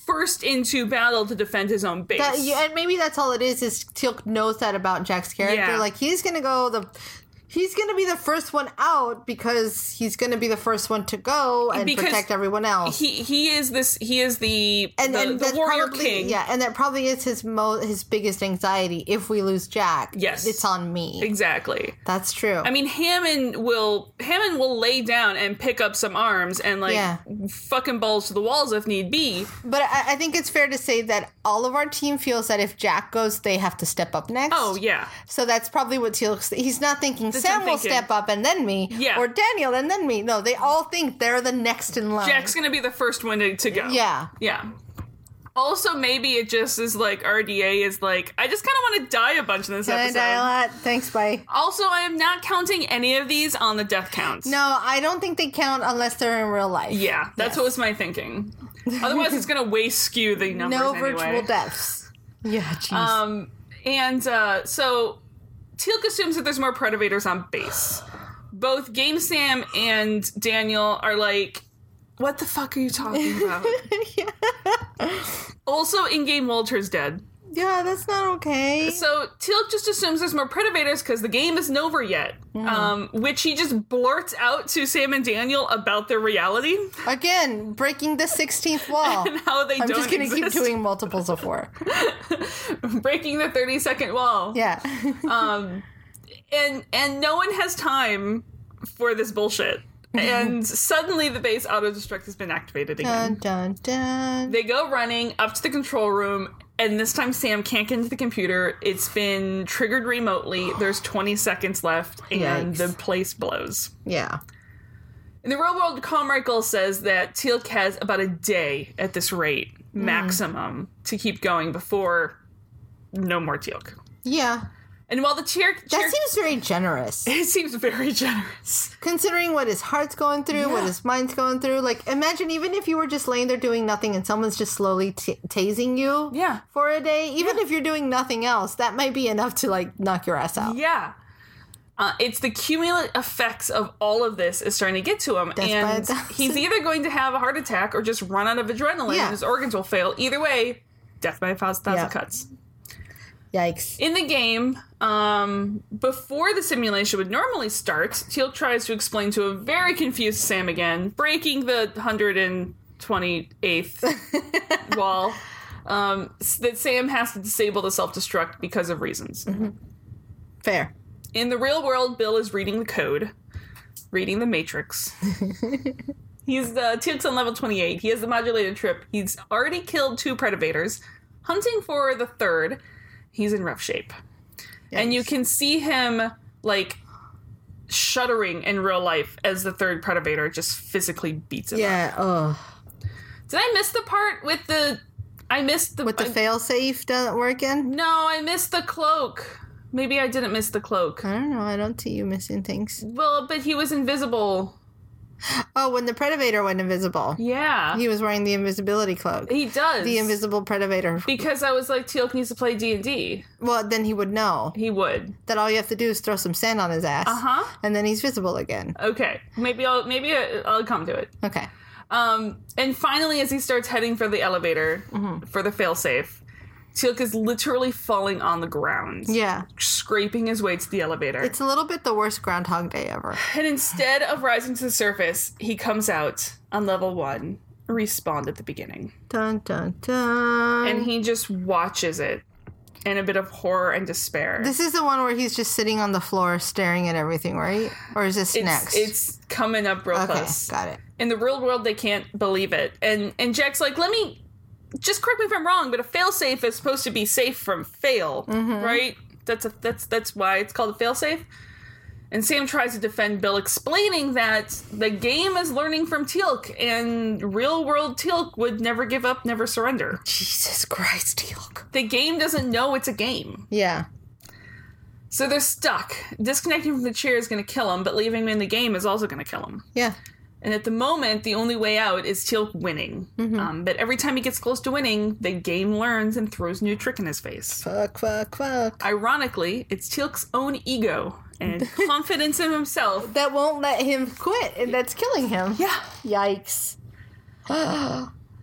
first into battle to defend his own base.
That, Uh, yeah, and maybe that's all it is. Is Teal'c knows that about Jack's character?
Yeah.
Like he's gonna go the, he's gonna be the first one out because he's gonna be the first one to go and
Because
protect everyone else.
he he is this he is the
and,
the,
and
the
that's
warrior
probably,
king.
Yeah, and that probably is his mo- his biggest anxiety. If we lose Jack,
Yes.
it's on me.
Exactly.
That's true.
I mean, Hammond will Hammond will lay down and pick up some arms and like
Yeah.
fucking balls to the walls if need be.
but I, I think it's fair to say that all of our team feels that if Jack goes, they have to step up next.
Oh yeah,
So that's probably what Teal'c. He's not thinking
That's
Sam
what I'm
will
thinking.
step up and then me,
Yeah.
or Daniel and then me. No, they all think they're the next in line.
Jack's gonna be the first one to, to go.
Um, yeah,
yeah. Also, maybe it just is like RDA is like I just kind of want to die a bunch in this
Can I
episode.
die a lot. Thanks, bye.
Also, I am not counting any of these on the death counts.
No, I don't think they count unless they're in real life.
Yeah, that's what was my thinking. Otherwise, it's gonna way skew the numbers.
no
anyway.
virtual deaths. Yeah, jeez.
Um, and uh, so Teal'c assumes that there's more Predators on base. Both Game Sam and Daniel are like, "What the fuck are you talking about?"
yeah.
also, in game Walter's dead,
yeah, that's not okay.
so Teal'c just assumes there's more Predators because the game isn't over yet.
Mm.
Um, which he just blurts out to Sam and Daniel about their reality
Again, breaking the 16th wall.
and how they
I'm
don't
just going to keep
exist.
doing multiples of four.
breaking the 30 second wall.
Yeah.
and and no one has time for this bullshit.
Mm-hmm.
and suddenly the base auto destruct has been activated again.
dun, dun, dun.
They go running up to the control room, and this time Sam can't get into the computer. It's been triggered remotely. There's 20 seconds left, and
Yikes.
the place blows.
yeah.
In the real world, Carmichael says that Teal'c has about a day at this rate,
Hmm.
maximum, to keep going before no more Teal'c.
Yeah.
And while the chair,
That
chair
seems very generous.
it seems very generous.
Considering what his heart's going through, what
Yeah.
his mind's going through. Like, imagine even if you were just laying there doing nothing and someone's just slowly t- tasing you
Yeah.
for a day, even if you're doing nothing else, that might be enough to, like, knock your ass out.
Yeah. Uh, it's the cumulative effects of all of this is starting to get to him,
by a
and
thousand.
he's either going to have a heart attack or just run out of adrenaline,
Yeah.
and his organs will fail. Either way, death by a thousand, thousand
Yeah.
cuts.
Yikes.
In the game, um, before the simulation would normally start, Teal tries to explain to a very confused Sam again, breaking the hundred and twenty eighth wall. Um, s- that Sam has to disable the self destruct because of reasons.
Fair.
In the real world, Bill is reading the code, reading the matrix. He's uh, Teal'c's on level 28. He has the modulated trip. He's already killed two predators, hunting for the third. He's in rough shape. And you can see him, like, shuddering in real life as the third predator just physically beats him.
Yeah. Oh.
up. Did I miss the part with the. I missed the.
With the
I-
failsafe doesn't work in?
no, I missed the cloak. Maybe I didn't miss the cloak.
I don't know. I don't see you missing things.
Well, but he was invisible.
Oh, when the Predator went invisible,
Yeah.
he was wearing the invisibility cloak.
He does.
the invisible Predator.
because I was like, Teal'c needs to play D and D.
Well, then he would know
He would.
that all you have to do is throw some sand on his ass,
Uh-huh.
and then he's visible again.
Okay, maybe I'll maybe I- I'll come to it.
Okay.
Um, and finally, as he starts heading for the elevator
Mm-hmm.
for the failsafe, Teal'c is literally falling on the ground,
Yeah.
scraping his way to the elevator.
It's a little bit the worst Groundhog Day ever.
and instead of rising to the surface, he comes out on level one, respawned at the beginning,
Dun dun dun.
and he just watches it in a bit of horror and despair.
this is the one where he's just sitting on the floor staring at everything, right? Or is this
it's,
next?
it's coming up real
okay,
close.
got it.
in the real world they can't believe it and and jack's like let me just correct me if i'm wrong but a fail safe is supposed to be safe from fail right that's a that's that's why it's called a fail safe and sam tries to defend bill explaining that the game is learning from teal'c and real world teal'c would never give up never surrender
Jesus Christ, Teal'c.
the game doesn't know it's a game
Yeah.
so they're stuck disconnecting from the chair is going to kill him but leaving him in the game is also going to kill him
Yeah.
And at the moment, the only way out is Teal'c winning. Um, but every time he gets close to winning, the game learns and throws a new trick in his face.
Fuck, fuck, fuck.
Ironically, it's Teal'c's own ego and confidence in himself.
That won't let him quit, and that's killing him.
Yeah.
Yikes.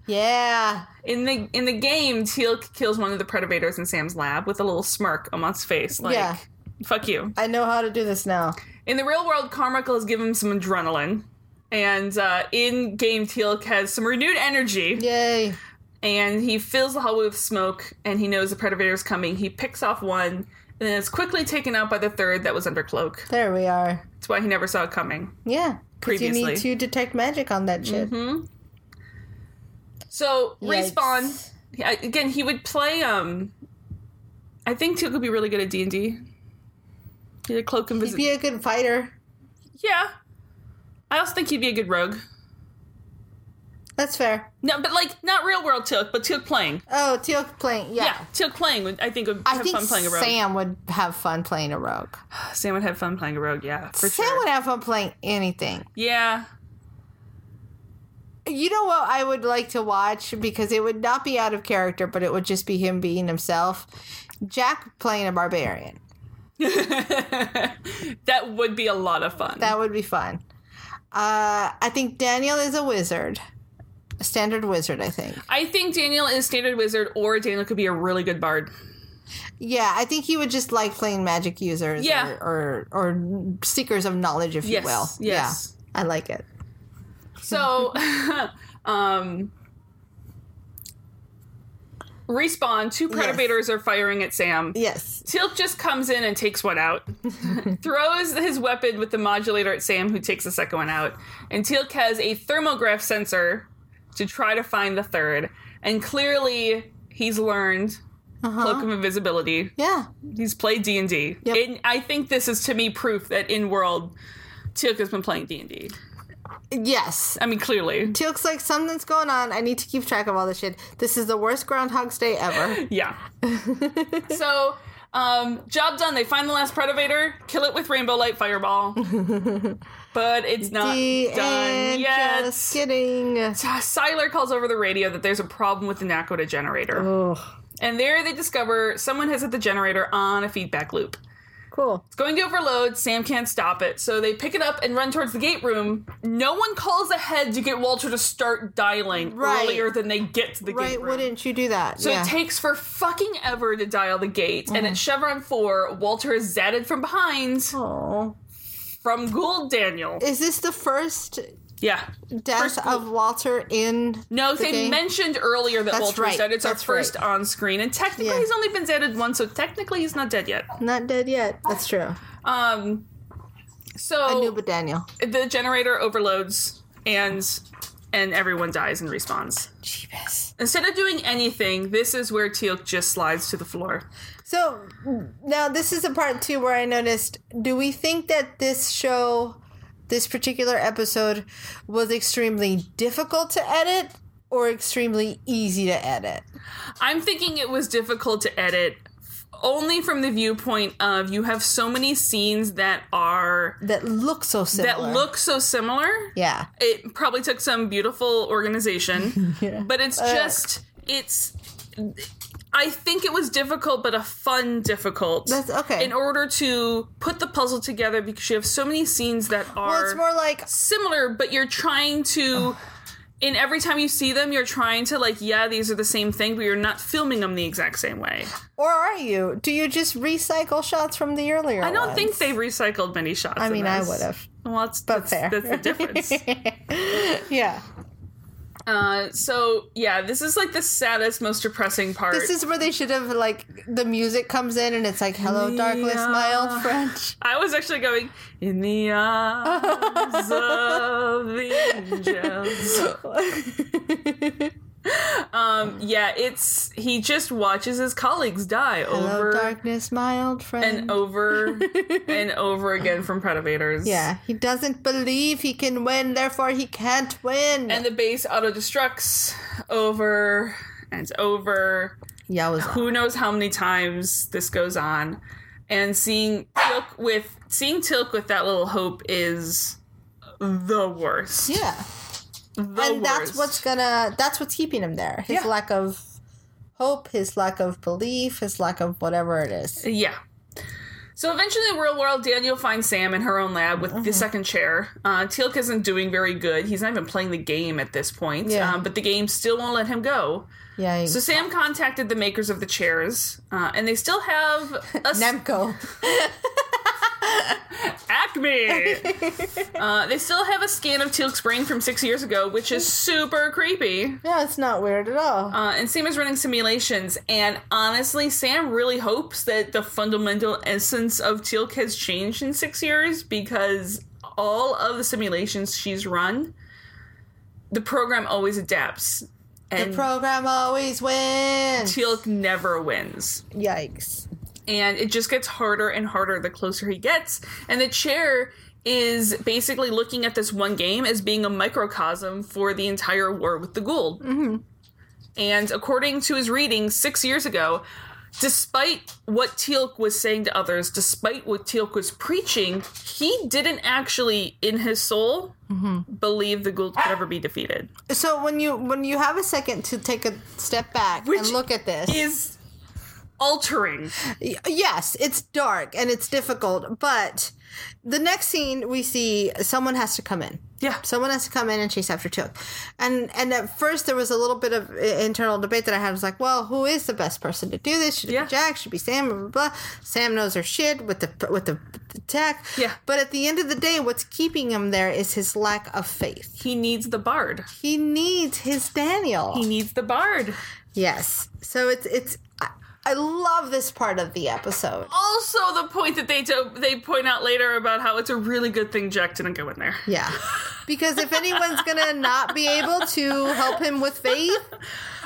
yeah.
In the in the game, Teal'c kills one of the predators in Sam's lab with a little smirk on his face, like
Yeah.
"fuck you."
I know how to do this now.
In the real world, Carmichael has given him some adrenaline, and uh, in game, Teal'c has some renewed energy.
Yay.
and he fills the hallway with smoke and he knows the predator is coming he picks off one and then is quickly taken out by the third that was under cloak
There we are.
that's why he never saw it coming
Yeah. 'Cause You
Previously.
need to detect magic on that shit.
Mm-hmm. so
Yikes.
respawn I- again he would play um i think teal could be really good at d&d he did cloak and
He'd be
visit
a good fighter.
yeah i also think he'd be a good rogue
That's fair.
no but like not real world teal but teal playing
Oh, Teal'c playing. Yeah.
yeah, Teal playing would I think would
I
have
think
fun playing a rogue. Sam.
Sam would have fun playing a rogue.
would have fun playing a rogue, yeah, for
Sam
sure.
would have fun playing anything.
yeah,
You know what I would like to watch because it would not be out of character, but it would just be him being himself. Jack playing a barbarian.
that would be a lot of fun.
That would be fun. Uh, I think Daniel is a wizard. A standard wizard, I think.
I think Daniel is standard wizard, or Daniel could be a really good bard.
Yeah, I think he would just like playing magic users
Yeah.
or, or or seekers of knowledge, if
Yes,
you will.
yes.
Yeah. I like it.
So, um, respawn. Two predators are firing at Sam.
Yes.
Teal'c just comes in and takes one out, throws his weapon with the modulator at Sam, who takes the second one out. And Teal'c has a thermograph sensor to try to find the third. And clearly, he's learned cloak of invisibility.
Yeah.
He's played D and D.
Yep.
And I think this is to me proof that in world, Teal'c has been playing D and D.
Yes.
I mean, clearly,
Teal'c's like, something's going on. I need to keep track of all this shit. This is the worst Groundhog's Day ever.
yeah. so, um, job done. They find the last predator, kill it with rainbow light fireball, but it's not
The
done
end.
yet.
Just kidding.
Siler calls over the radio that there's a problem with the Nakoda generator,
Oh,
and there they discover someone has hit the generator on a feedback loop.
cool.
It's going to overload. Sam can't stop it, so they pick it up and run towards the gate room. No one calls ahead to get Walter to start dialing
Right.
earlier than they get to the
Right?
gate room.
Wouldn't you do that?
so
yeah. Mm.
it takes for fucking ever to dial the gate, and at Chevron 4, Walter is zatted from behind
Aw.
from Gould Daniel.
Is this the first
Yeah.
death
First ghoul-
of Walter in?
No, they
game?
mentioned earlier that
That's
Walter was
right.
dead. It's our
That's
first
right.
on screen, and technically
Yeah.
he's only been zatted once, so technically he's not dead yet.
Not dead yet. That's true.
Um, so
I knew, but Daniel.
the generator overloads and and everyone dies and respawns.
Jeebus.
Instead of doing anything, this is where Teal'c just slides to the floor.
So now this is a part two where I noticed. Do we think that this show, this particular episode, was extremely difficult to edit or extremely easy to edit?
I'm thinking it was difficult to edit f- only from the viewpoint of you have so many scenes that are
that look so similar.
that look so similar
Yeah.
it probably took some beautiful organization but it's
Oh,
just it's i think it was difficult but a fun difficult
That's- okay.
in order to put the puzzle together because you have so many scenes that are
Well, it's more like
similar but you're trying to and every time you see them you're trying to like yeah these are the same thing but you're not filming them the exact same way
Or are you? Do you just recycle shots from the earlier?
i don't think they recycled many shots
I
in
mean, I
this.
would have.
well that's
But
that's, that's the
fair.
difference
Yeah.
Uh, so yeah, this is like the saddest, most depressing part.
This is where they should have like the music comes in and it's like, "Hello, darkness, my old friend."
I was actually going in the arms of the angels. um, yeah, it's he just watches his colleagues die
Hello,
over
darkness, my old friend.
and over and over again from predators.
yeah, he doesn't believe he can win, therefore he can't win.
and the base auto destructs over and over.
Yowza.
who knows how many times this goes on and seeing tilk with seeing tilk with that little hope is the worst
Yeah,
the
and that's
worst.
what's gonna. That's what's keeping him there. His
Yeah.
lack of hope, his lack of belief, his lack of whatever it is.
yeah so eventually in real world daniel finds sam in her own lab with the second chair uh, tilk isn't doing very good he's not even playing the game at this point
Yeah.
um, but the game still won't let him go
Yeah.
so sam contacted the makers of the chairs uh, and they still have a s-
Nemco.
Acme. uh, they still have a scan of Teal'c's brain from six years ago, which is super creepy.
Yeah, it's not weird at all.
Uh, and Sam is running simulations, and honestly, Sam really hopes that the fundamental essence of Teal'c has changed in six years because all of the simulations she's run, the program always adapts,
the
and
program always wins.
Teal'c never wins.
Yikes.
and it just gets harder and harder the closer he gets. And the chair is basically looking at this one game as being a microcosm for the entire war with the Gould. And according to his reading six years ago, despite what Teal'c was saying to others, despite what Teal'c was preaching, he didn't actually, in his soul, believe the Gould could ever be defeated.
So when you when you have a second to take a step back
Which
and look at this,
Is altering.
y- yes, it's dark and it's difficult, but the next scene we see someone has to come in.
Yeah.
Someone has to come in and chase after Took. And and at first there was a little bit of i- internal debate that I had. I was like, well, who is the best person to do this? Should it
Yeah.
be Jack? Should it be Sam? Blah, blah, blah. Sam knows her shit with the with the, the tech.
Yeah.
But at the end of the day, what's keeping him there is his lack of faith.
He needs the bard.
He needs his Daniel.
He needs the bard.
yes. So it's it's. I, I love this part of the episode.
also the point that they do, they point out later about how it's a really good thing Jack didn't go in there.
Yeah. Because if anyone's gonna not be able to help him with faith,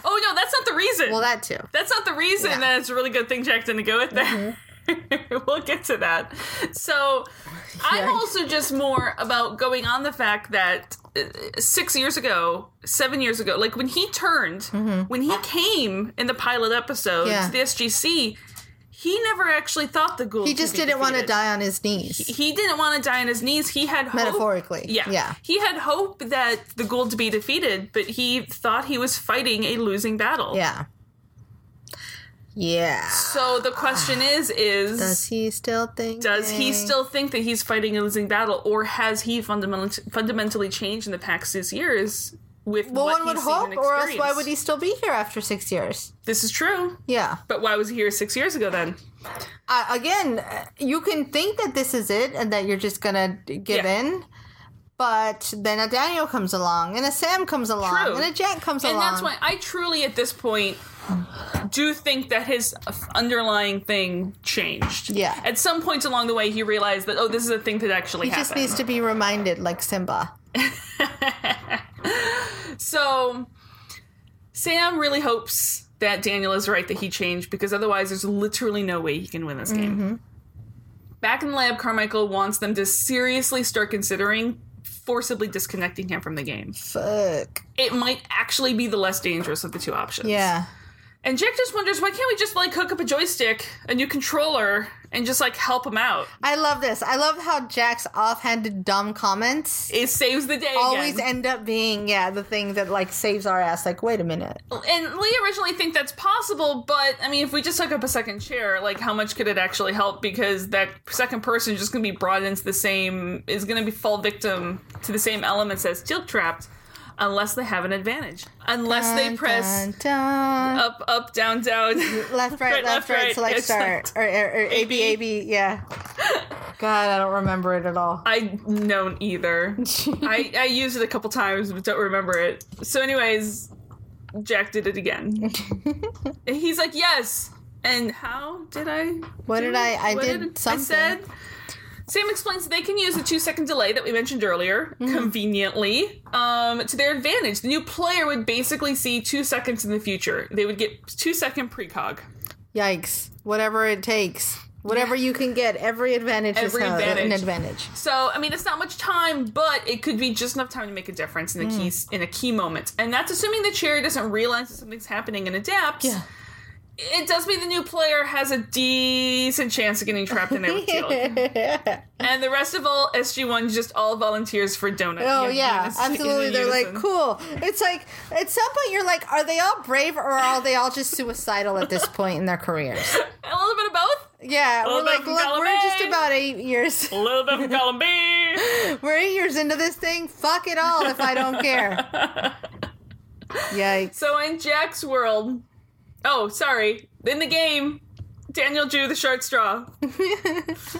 Oh no, that's not the reason.
well, that too.
that's not the reason
Yeah. Mm-hmm.
that it's a really good thing Jack didn't go in there. we'll get to that. So I'm
Yeah.
also just more about going on the fact that uh, six years ago, seven years ago, like when he turned, when he came in the pilot episode
Mm-hmm. Yeah.
to the SGC, he never actually thought the ghoul.
He just didn't want to die on his knees.
he didn't want to die on his knees. He had hope.
Metaphorically,
Yeah.
yeah.
He had hope that the Gould be defeated, but he thought he was fighting a losing battle.
Yeah. Yeah.
So the question is is
Ah. Does he still think?
does he still think that he's fighting a losing battle or has he fundamentally fundamentally changed in the past 6 years with
Well,
what
one would
he's seen
hope,
and
or else why
experienced?
would he still be here after six years?
This is true.
Yeah.
But why was he here 6 years ago then?
Uh, again, uh, you can think that this is it and that you're just gonna d- give
Yeah.
in, but then a Daniel comes along, and a Sam comes along,
True.
and a Jack comes
And
along.
that's why I truly at this point do think that his underlying thing changed.
Yeah.
At some point along the way he realized that oh this is a thing that actually
he just
happened.
needs to be reminded, like Simba.
so Sam really hopes that Daniel is right that he changed because otherwise there's literally no way he can win this game.
Mm-hmm.
Back in the lab, Carmichael wants them to seriously start considering forcibly disconnecting him from the game.
Fuck.
It might actually be the less dangerous of the two options.
Yeah.
And Jack just wonders why can't we just like hook up a joystick, a new controller, and just like help him out?
I love this. I love how Jack's offhanded dumb comments
It saves the day.
always
again.
end up being, yeah, the thing that like saves our ass. Like, wait a minute.
and Lee originally think that's possible, but I mean, if we just hook up a second chair, like how much could it actually help? Because that second person is just going to be brought into the same is going to be fall victim to the same elements as Steel Trapped, unless they have an advantage, unless they
Dun,
press
dun, dun.
up, up, down, down.
left, right,
right, left,
left, right,
right.
select
It's
star.
like-
Or, or, or A, B, A, B. Yeah. God, I don't remember it at all.
I don't either. I, I used it a couple times, but don't remember it. So, anyways, Jack did it again. And he's like, "Yes." And how did I?
What
do
did
it?
I- I
What
did something.
I said. Sam explains they can use the two second delay that we mentioned earlier,
Mm-hmm.
conveniently, um, to their advantage. The new player would basically see two seconds in the future. They would get two second precog.
Yikes. Whatever it takes. Whatever you can get, every advantage
Every
is how- an
advantage.
advantage.
So I mean, it's not much time, but it could be just enough time to make a difference in a
Mm.
key in a key moment, and that's assuming the cherry doesn't realize that something's happening and adapts.
Yeah.
It does mean the new player has a decent chance of getting trapped in there with Teal. and the rest of all SG1 just all volunteers for Donut.
Oh
in
yeah,
unison- in
absolutely. They're like
unison.
cool. It's like at some point you're like, are they all brave or are they all just suicidal at this point in their careers?
A little bit of both,
Yeah,
Well,
we're
they're
like,
from
look,
column
we're just
A."
about eight years.
a little bit from column B.
We're eight years into this thing. Fuck it all if I don't care. Yikes!
So in Jack's world, oh, sorry, in the game, Daniel drew the short straw.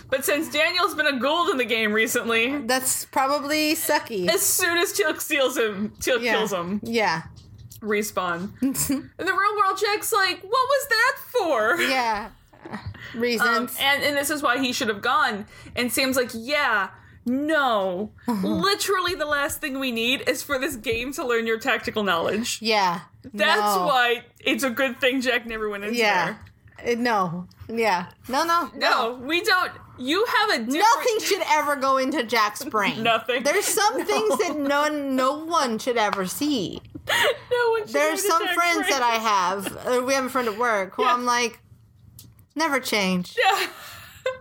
but since Daniel's been a gold in the game recently,
That's probably sucky.
as soon as Teal steals him, Teal
yeah.
kills him.
Yeah,
Respawn. in the real world, Jack's like, "What was that for?"
yeah.
Um,
Reasons.
and and this is why he should have gone. And Sam's like, "Yeah." No, literally, the last thing we need is for this game to learn your tactical knowledge.
yeah.
That's
no.
why it's a good thing Jack never went into
Yeah.
there.
Uh, No. Yeah. No. No.
No, we don't. You have a different.
Nothing should ever go into Jack's brain.
Nothing.
There's some things that no no one should ever see.
No one should
There's
go to
some
Jack
friends
Frank.
that I have. uh, We have a friend at work who
Yeah.
I'm like, never change.
Yeah,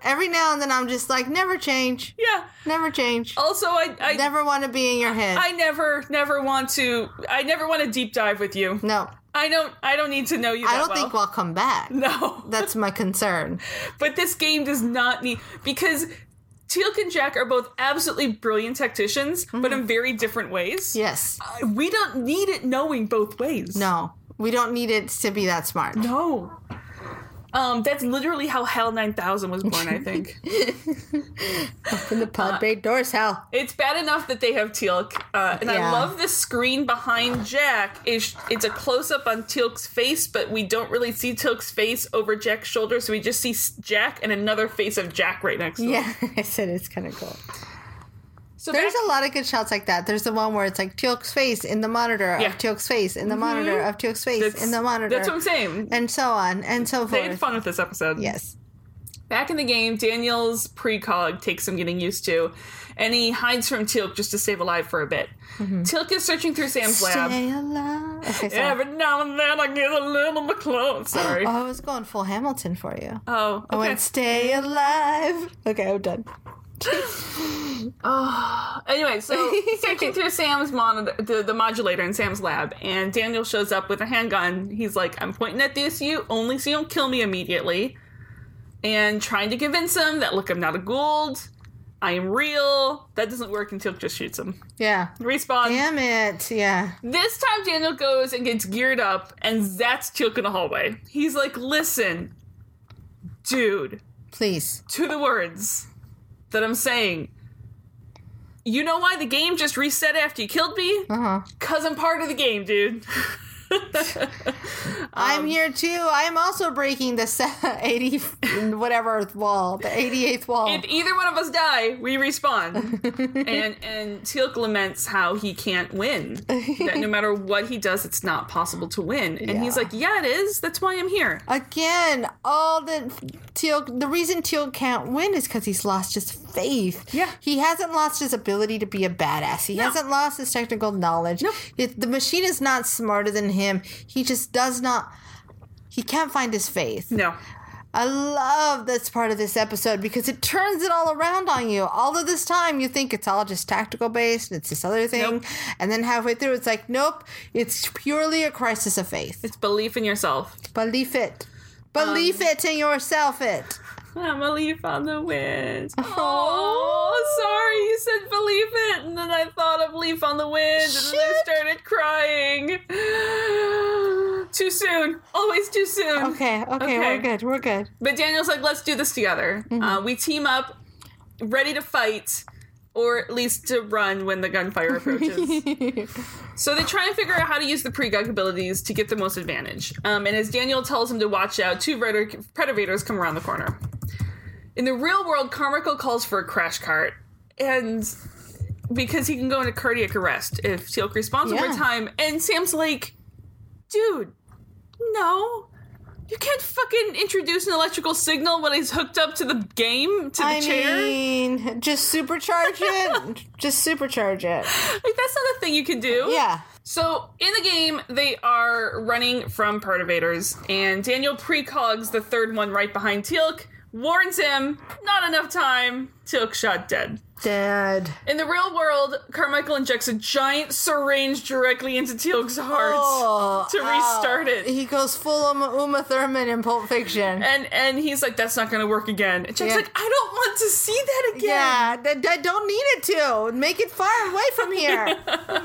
Every now and then I'm just like, never change,
yeah.
never change,
Also, I, Oh, I,
never want to be in your head.
I never, never want to. I never want to deep dive with you.
no,
I don't. I don't need to know you.
I
that
don't
well.
think we'll come back.
No,
That's my concern.
but this game does not need because Teal'c and Jack are both absolutely brilliant tacticians, but
Mm-hmm.
in very different ways. Uh,
Yes.
We don't need it knowing both ways.
No. We don't need it to be that smart.
No. Um, that's literally how Hell 9000 was born, I think.
In the
Uh,
pod bay doors, hell.
It's bad enough that they have Teal'c, uh, and
Yeah.
I love the screen behind Jack. It's, it's a close up on Teal'c's face, but we don't really see Teal'c's face over Jack's shoulder, so we just see s- Jack and another face of Jack right next to him.
Yeah, I said it's kind of cool.
So
There's
back-
a lot of good shots like that. There's the one where it's like Teal'c's face in the monitor of
Yeah. Mm-hmm.
Teal'c's face in the monitor of Teal'c's face
that's-
in the monitor.
That's what I'm saying.
and so on and so
They had
forth.
fun with this episode.
Yes.
Back in the game, Daniel's precog takes some getting used to, and he hides from Teal'c just to save alive for a bit.
Mm-hmm.
Teal'c is searching through Sam's lab.
Stay alive. Okay, sorry.
Every now and then I get a little bit close. Sorry.
Oh, I was going full Hamilton for you.
oh,
I
okay.
went stay alive. Okay, I'm done.
Anyway, so searching through Sam's monitor, the, the modulator in Sam's lab, and Daniel shows up with a handgun. He's like, "I'm pointing at this you only so you don't kill me immediately," and trying to convince him that look, I'm not a Gould, I am real. That doesn't work until just shoots him.
Yeah.
Respawn.
Damn it. Yeah.
This time Daniel goes and gets geared up and zats Teal'c in the hallway. He's like, "Listen, dude,
Please.
to the words that I'm saying." You know why the game just reset after you killed me?
Uh huh.
Cause I'm part of the game, dude.
I'm
Um,
here too. I am also breaking the se- 80 whatever wall, the 88th wall.
if either one of us die, we respawn. and and Teal'c laments how he can't win. That no matter what he does, it's not possible to win. And he's
Yeah.
like, "Yeah, it is. That's why I'm here."
Again, all the Teal. The reason Teal can't win is because he's lost his faith.
Yeah.
he hasn't lost his ability to be a badass. He hasn't lost his technical knowledge. It- the machine is not smarter than him. He just does not He can't find his face.
No.
I love this part of this episode because it turns it all around on you. All of this time, you think it's all just tactical based and it's this other thing.
Nope.
And then halfway through, it's like, nope, it's purely a crisis of faith.
It's belief in yourself.
Believe it. Believe it in yourself, it.
I'm a leaf on the wind. Oh, sorry, you said believe it, and then I thought of leaf on the wind, and then I
Shit.
started crying. too soon. Always too soon.
Okay, okay, we're good, we're good.
But Daniel's like, let's do this together.
Mm-hmm.
Uh, we team up, ready to fight, or at least to run when the gunfire approaches. so they try and figure out how to use the pre-gug abilities to get the most advantage. Um, and as Daniel tells him to watch out, two predator- predators come around the corner. In the real world, Carmichael calls for a crash cart, and because he can go into cardiac arrest if he'll responds
Yeah.
over time. And Sam's like, dude, no. You can't fucking introduce an electrical signal when he's hooked up to the game, to the
I
chair.
mean, just supercharge it. just supercharge it.
Like, that's not a thing you can do.
Yeah.
So, in the game, they are running from perturbators, and Daniel precogs the third one right behind Teal'c, warns him, not enough time, Teal'c shot dead.
Dead.
In the real world, Carmichael injects a giant syringe directly into Teal'c's heart
Oh,
to restart it.
He goes full Uma, Uma Thurman in Pulp Fiction.
And and he's like, that's not gonna work again. And Jack's
Yeah.
like, I don't want to see that again.
Yeah, that, that don't need it to. Make it far away from here.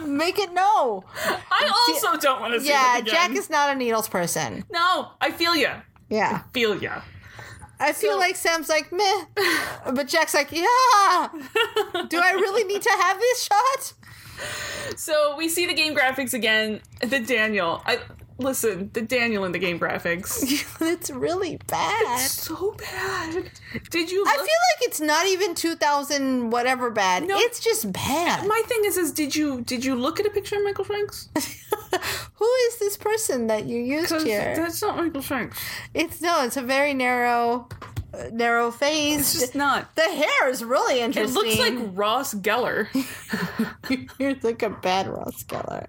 Make it no.
I also don't want to see
Yeah,
that again.
Jack is not a needles person.
No, I feel ya.
Yeah.
Feel ya.
I feel
So-
like Sam's like, meh. But Jack's like, yeah. Do I really need to have this shot?
So we see the game graphics again. The Daniel. I listen. The Daniel in the game graphics.
it's really bad.
so bad. Did you?
I
look-
feel like it's not even 2000 whatever bad.
No.
It's just bad.
My thing is, is did you did you look at a picture of Michael Franks?
Who is this person that you used
'Cause
here?
That's not Michael Franks.
It's no, it's a very narrow, uh, narrow face.
It's just not.
the hair is really
It
interesting.
looks like Ross Geller.
you're like a bad Ross Geller.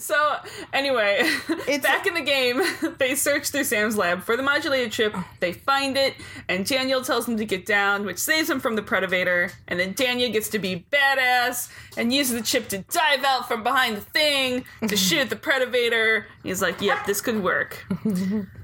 So anyway,
It's-
back in the game, they search through Sam's lab for the modulated chip. They find it, and Daniel tells him to get down, which saves him from the predator. And then Daniel gets to be badass and uses the chip to dive out from behind the thing to shoot the predator. He's like, "Yep, this could work."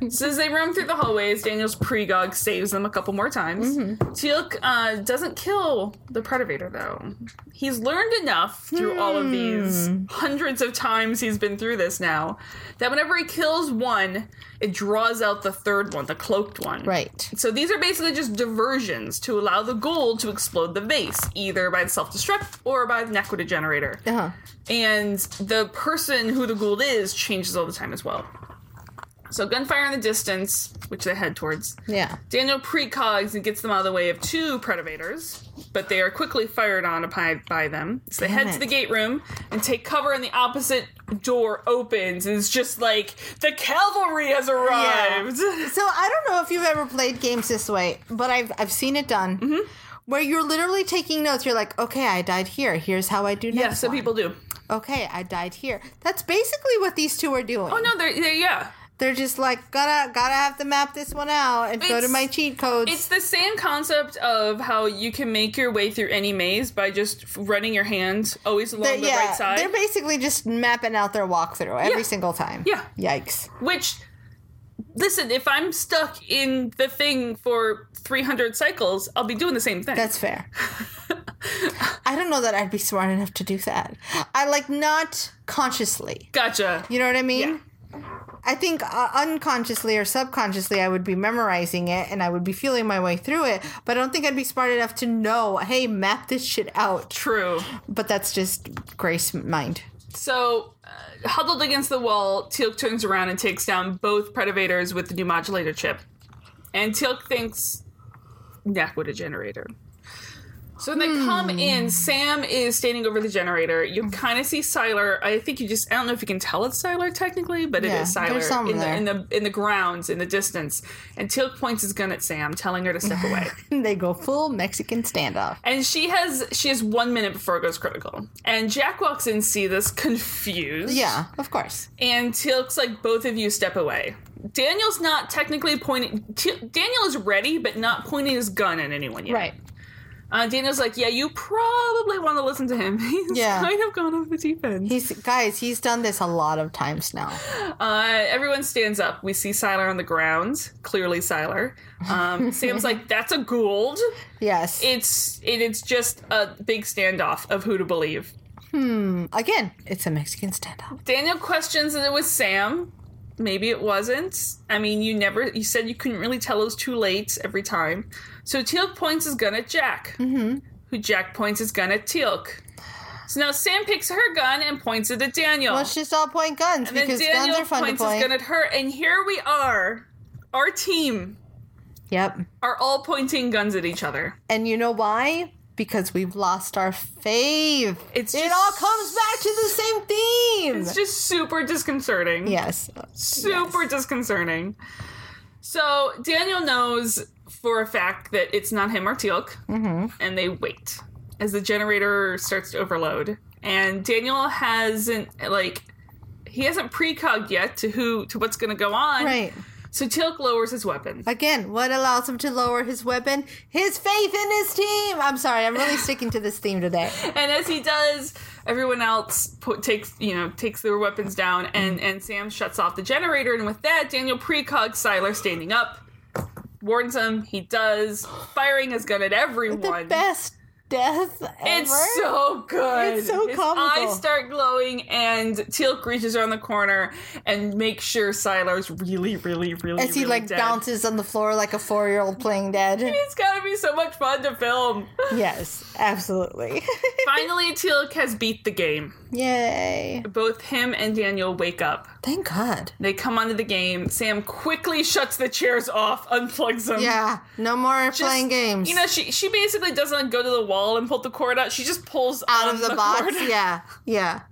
so as they roam through the hallways, Daniel's pregog saves them a couple more times. Teal'c uh, doesn't kill the predator though. He's learned enough through all of these hundreds of times he's been through this now that whenever he kills one, it draws out the third one, the cloaked one.
Right.
So these are basically just diversions to allow the ghoul to explode the vase, either by the self destruct or by the Nequita generator.
Uh-huh.
And the person who the ghoul is changes all the time as well. So gunfire in the distance, which they head towards.
Yeah.
Daniel precogs and gets them out of the way of two predators, but they are quickly fired on upon by them. So they head
Damn
to
it.
the gate room and take cover, and the opposite door opens, and it's just like the cavalry has arrived.
So I don't know if you've ever played games this way, but I've I've seen it done.
Mm-hmm.
Where you're literally taking notes. You're like, okay, I died here. Here's how I do next.
Yeah, so
one.
people do.
Okay, I died here. That's basically what these two are doing.
Oh no, they're, they're yeah.
They're just like gotta gotta have to map this one out and go to
It's-
my cheat codes.
It's the same concept of how you can make your way through any maze by just f- running your hand always along
They're-
the right side.
Uh, they're basically just mapping out their walkthrough every
Yeah.
single time.
Yeah.
Yikes.
Which, listen, if I'm stuck in the thing for 300 cycles, I'll be doing the same thing.
That's fair. I don't know that I'd be smart enough to do that. I like not consciously.
gotcha.
You know what I mean? I think uh, unconsciously or subconsciously, I would be memorizing it and I would be feeling my way through it, but I don't think I'd be smart enough to know, hey, map this shit out.
True.
But that's just Grace mind.
So, uh, huddled against the wall, Teal'c turns around and takes down both Predators with the new modulator chip. And Teal'c thinks Nakwita generator. So when they
Hmm.
come in, Sam is standing over the generator. You kind of see Siler. I think you just I don't know if you can tell it's Siler technically, but it
Yeah,
is
there's some
Siler in
there.
the, in the in the grounds in the distance. And Teal'c points his gun at Sam, telling her to step away.
they go full Mexican standoff.
And she has she has one minute before it goes critical. And Jack walks in, see this confused.
Yeah, of course.
And Teal'c's like, both of you step away. Daniel's not technically pointing. T- Daniel is ready, but not pointing his gun at anyone yet.
Right.
Uh, Daniel's like, yeah, you probably want to listen to him. He's
Yeah.
kind of gone off the deep end.
He's guys, he's done this a lot of times now.
Uh, everyone stands up. We see Siler on the ground. Clearly, Siler. Um, Sam's like, "That's a Gould."
Yes.
It's it, it's just a big standoff of who to believe.
Again, it's a Mexican standoff.
Daniel questions that it was Sam. Maybe it wasn't. I mean, you never. You said you couldn't really tell. It was too late every time. So Teal'c points his gun at Jack,
Mm-hmm.
who Jack points his gun at Teal'c. So now Sam picks her gun and points it at Daniel.
Let's just all point guns
then
because guns
Daniel
are fun to
points
point.
his gun at her, and here we are. Our team
Yep.
are all pointing guns at each other.
And you know why? Because we've lost our fave.
It's
it
just-
all comes back to the same theme.
It's just super disconcerting.
yes.
Super disconcerting. So Daniel knows for a fact that it's not him or Teal'c,
Mm-hmm.
and they wait as the generator starts to overload. And Daniel hasn't like he hasn't precogged yet to who to what's going to go on.
Right.
So Teal'c lowers his weapon.
Again, what allows him to lower his weapon? His faith in his team. I'm sorry, I'm really sticking to this theme today.
and as he does everyone else put, takes you know takes their weapons down and and sam shuts off the generator and with that daniel precog siler standing up warns him he does firing his gun at everyone
The best death ever.
it's so good.
It's so
His
comical.
eyes start glowing, and Teal'c reaches around the corner and makes sure Siler's really, really, really.
As he
really
like
dead.
bounces on the floor like a four year old playing dead.
It's gotta be so much fun to film.
yes, absolutely.
Finally, Teal'c has beat the game.
Yay.
Both him and Daniel wake up.
Thank God.
They come onto the game. Sam quickly shuts the chairs off, unplugs them.
Yeah, no more
Just-
playing games.
You know, she she basically doesn't go to the wall and pull the cord out. She just pulls
out
on
of the, box.
cord.
Yeah, yeah.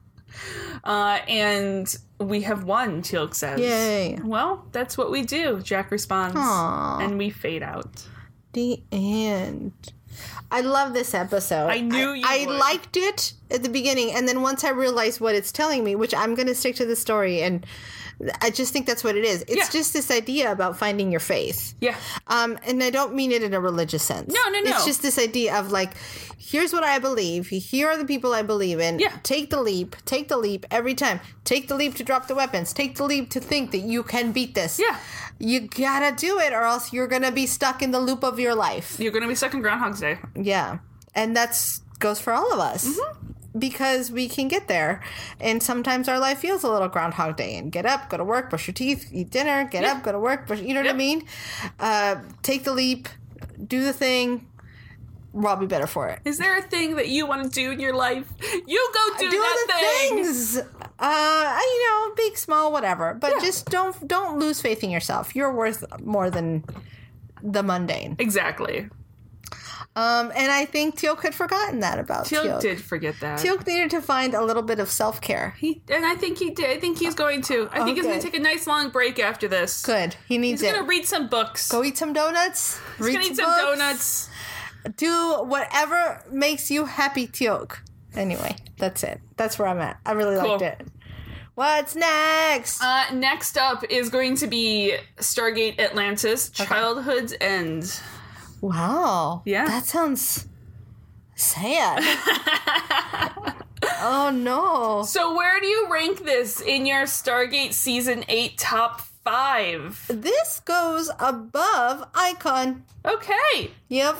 Uh, and we have won, Teal'c says.
Yay.
Well, that's what we do, Jack responds.
Aw.
And we fade out.
The end. I love this episode.
I knew you
I,
would.
liked it at the beginning, and then once I realized what it's telling me, which I'm going to stick to the story, and I just think that's what it is. It's
Yeah.
just this idea about finding your faith.
Yeah.
Um, and I don't mean it in a religious sense.
No, no, no.
It's just this idea of like, here's what I believe. Here are the people I believe in.
Yeah.
Take the leap. Take the leap every time. Take the leap to drop the weapons. Take the leap to think that you can beat this.
Yeah.
You gotta do it, or else you're gonna be stuck in the loop of your life.
You're going to be stuck in Groundhog's Day.
Yeah. And that's goes for all of us.
Mm-hmm.
Because we can get there. And sometimes our life feels a little Groundhog Day and get up, go to work, brush your teeth, eat dinner, get up, go to work, brush, you know what
Yep.
I mean? Uh, take the leap, do the thing. We'll all be better for it.
Is there a thing that you want to do in your life? You go do
Doing the
that thing.
things, uh, I- you know, big, small, whatever. But just don't don't lose faith in yourself. You're worth more than the mundane.
Exactly.
Um, and I think Teal'c had forgotten that about
Teal'c,
Teal'c.
did forget that.
Teal'c needed to find a little bit of self care.
He, and I think he did. I think he's going to. I think he's going
Okay.
to take a nice long break after this.
Good. He needs
He's going
it.
to read some books.
Go eat some donuts.
he's
read
going to eat
some
some
books,
donuts.
Do whatever makes you happy, Teal'c. Anyway, that's it. That's where I'm at. I really liked it. What's next?
Uh, next up is going to be Stargate Atlantis: Childhood's End.
wow.
yeah.
That sounds sad. oh no.
So, where do you rank this in your Stargate Season 8 top five?
This goes above Icon.
Okay.
Yep.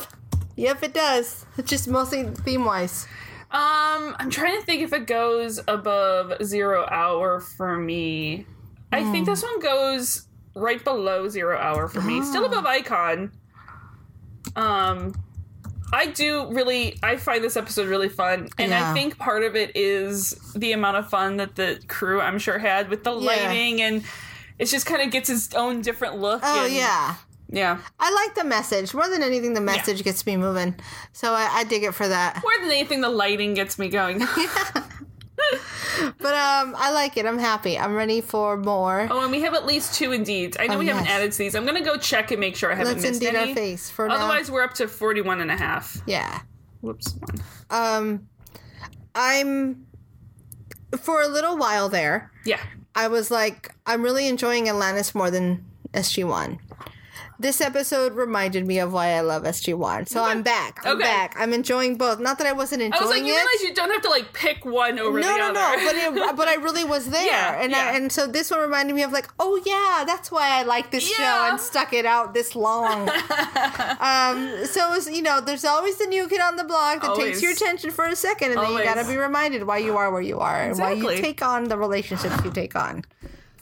Yep, it does. It's just mostly theme wise.
Um, I'm trying to think if it goes above Zero Hour for me. I
Hmm.
think this one goes right below Zero Hour for me. Still
Ah.
above Icon. Um, I do really, I find this episode really fun. And
Yeah.
I think part of it is the amount of fun that the crew, I'm sure, had with the lighting and. It just kind of gets its own different look.
Oh
and-
yeah.
yeah.
I like the message more than anything. The message gets me moving, so I, I dig it for that.
More than anything, the lighting gets me going.
But um, I like it. I'm happy. I'm ready for more.
oh, and we have at least two indeeds. I know
Oh,
we haven't
yes.
added to these. I'm going to go check and make sure I haven't
Let's
missed
indeed
any.
our face for
Otherwise, we're up to 41 and a half.
now. Yeah.
Whoops. One.
Um, I'm for a little while there.
Yeah.
I was like, I'm really enjoying Atlantis more than SG1. This episode reminded me of why I love SG1. So I'm back. I'm
Okay.
back. I'm enjoying both. Not that I wasn't enjoying
I was like, you
it.
realize you don't have to like pick one over
no,
the
no,
other.
no, but it, but I really was there,
Yeah,
and
yeah.
I, and so this one reminded me of like, oh yeah, that's why I like this show
Yeah.
and stuck it out this long. um, so it was, you know, there's always the new kid on the block that takes
Always.
your attention for a second, and then
Always.
you gotta be reminded why you are where you are and why you
Exactly.
take on the relationships you take on.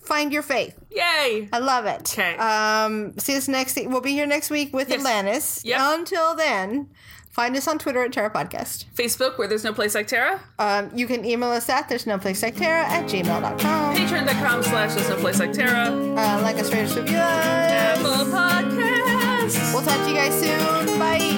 Find your faith.
Yay!
I love it.
'Kay.
Um, see us next. We'll be here next week with
Yes.
Atlantis.
Yep.
Until then, find us on Twitter at Terra Podcast.
Facebook, where there's no place like Terra.
Um, you can email us at there's no place like Tara at gmail.com.
Patreon.com slash there's no place like Terra.
Uh, like us, rate us, review us.
Apple Podcasts.
We'll talk to you guys soon. Bye.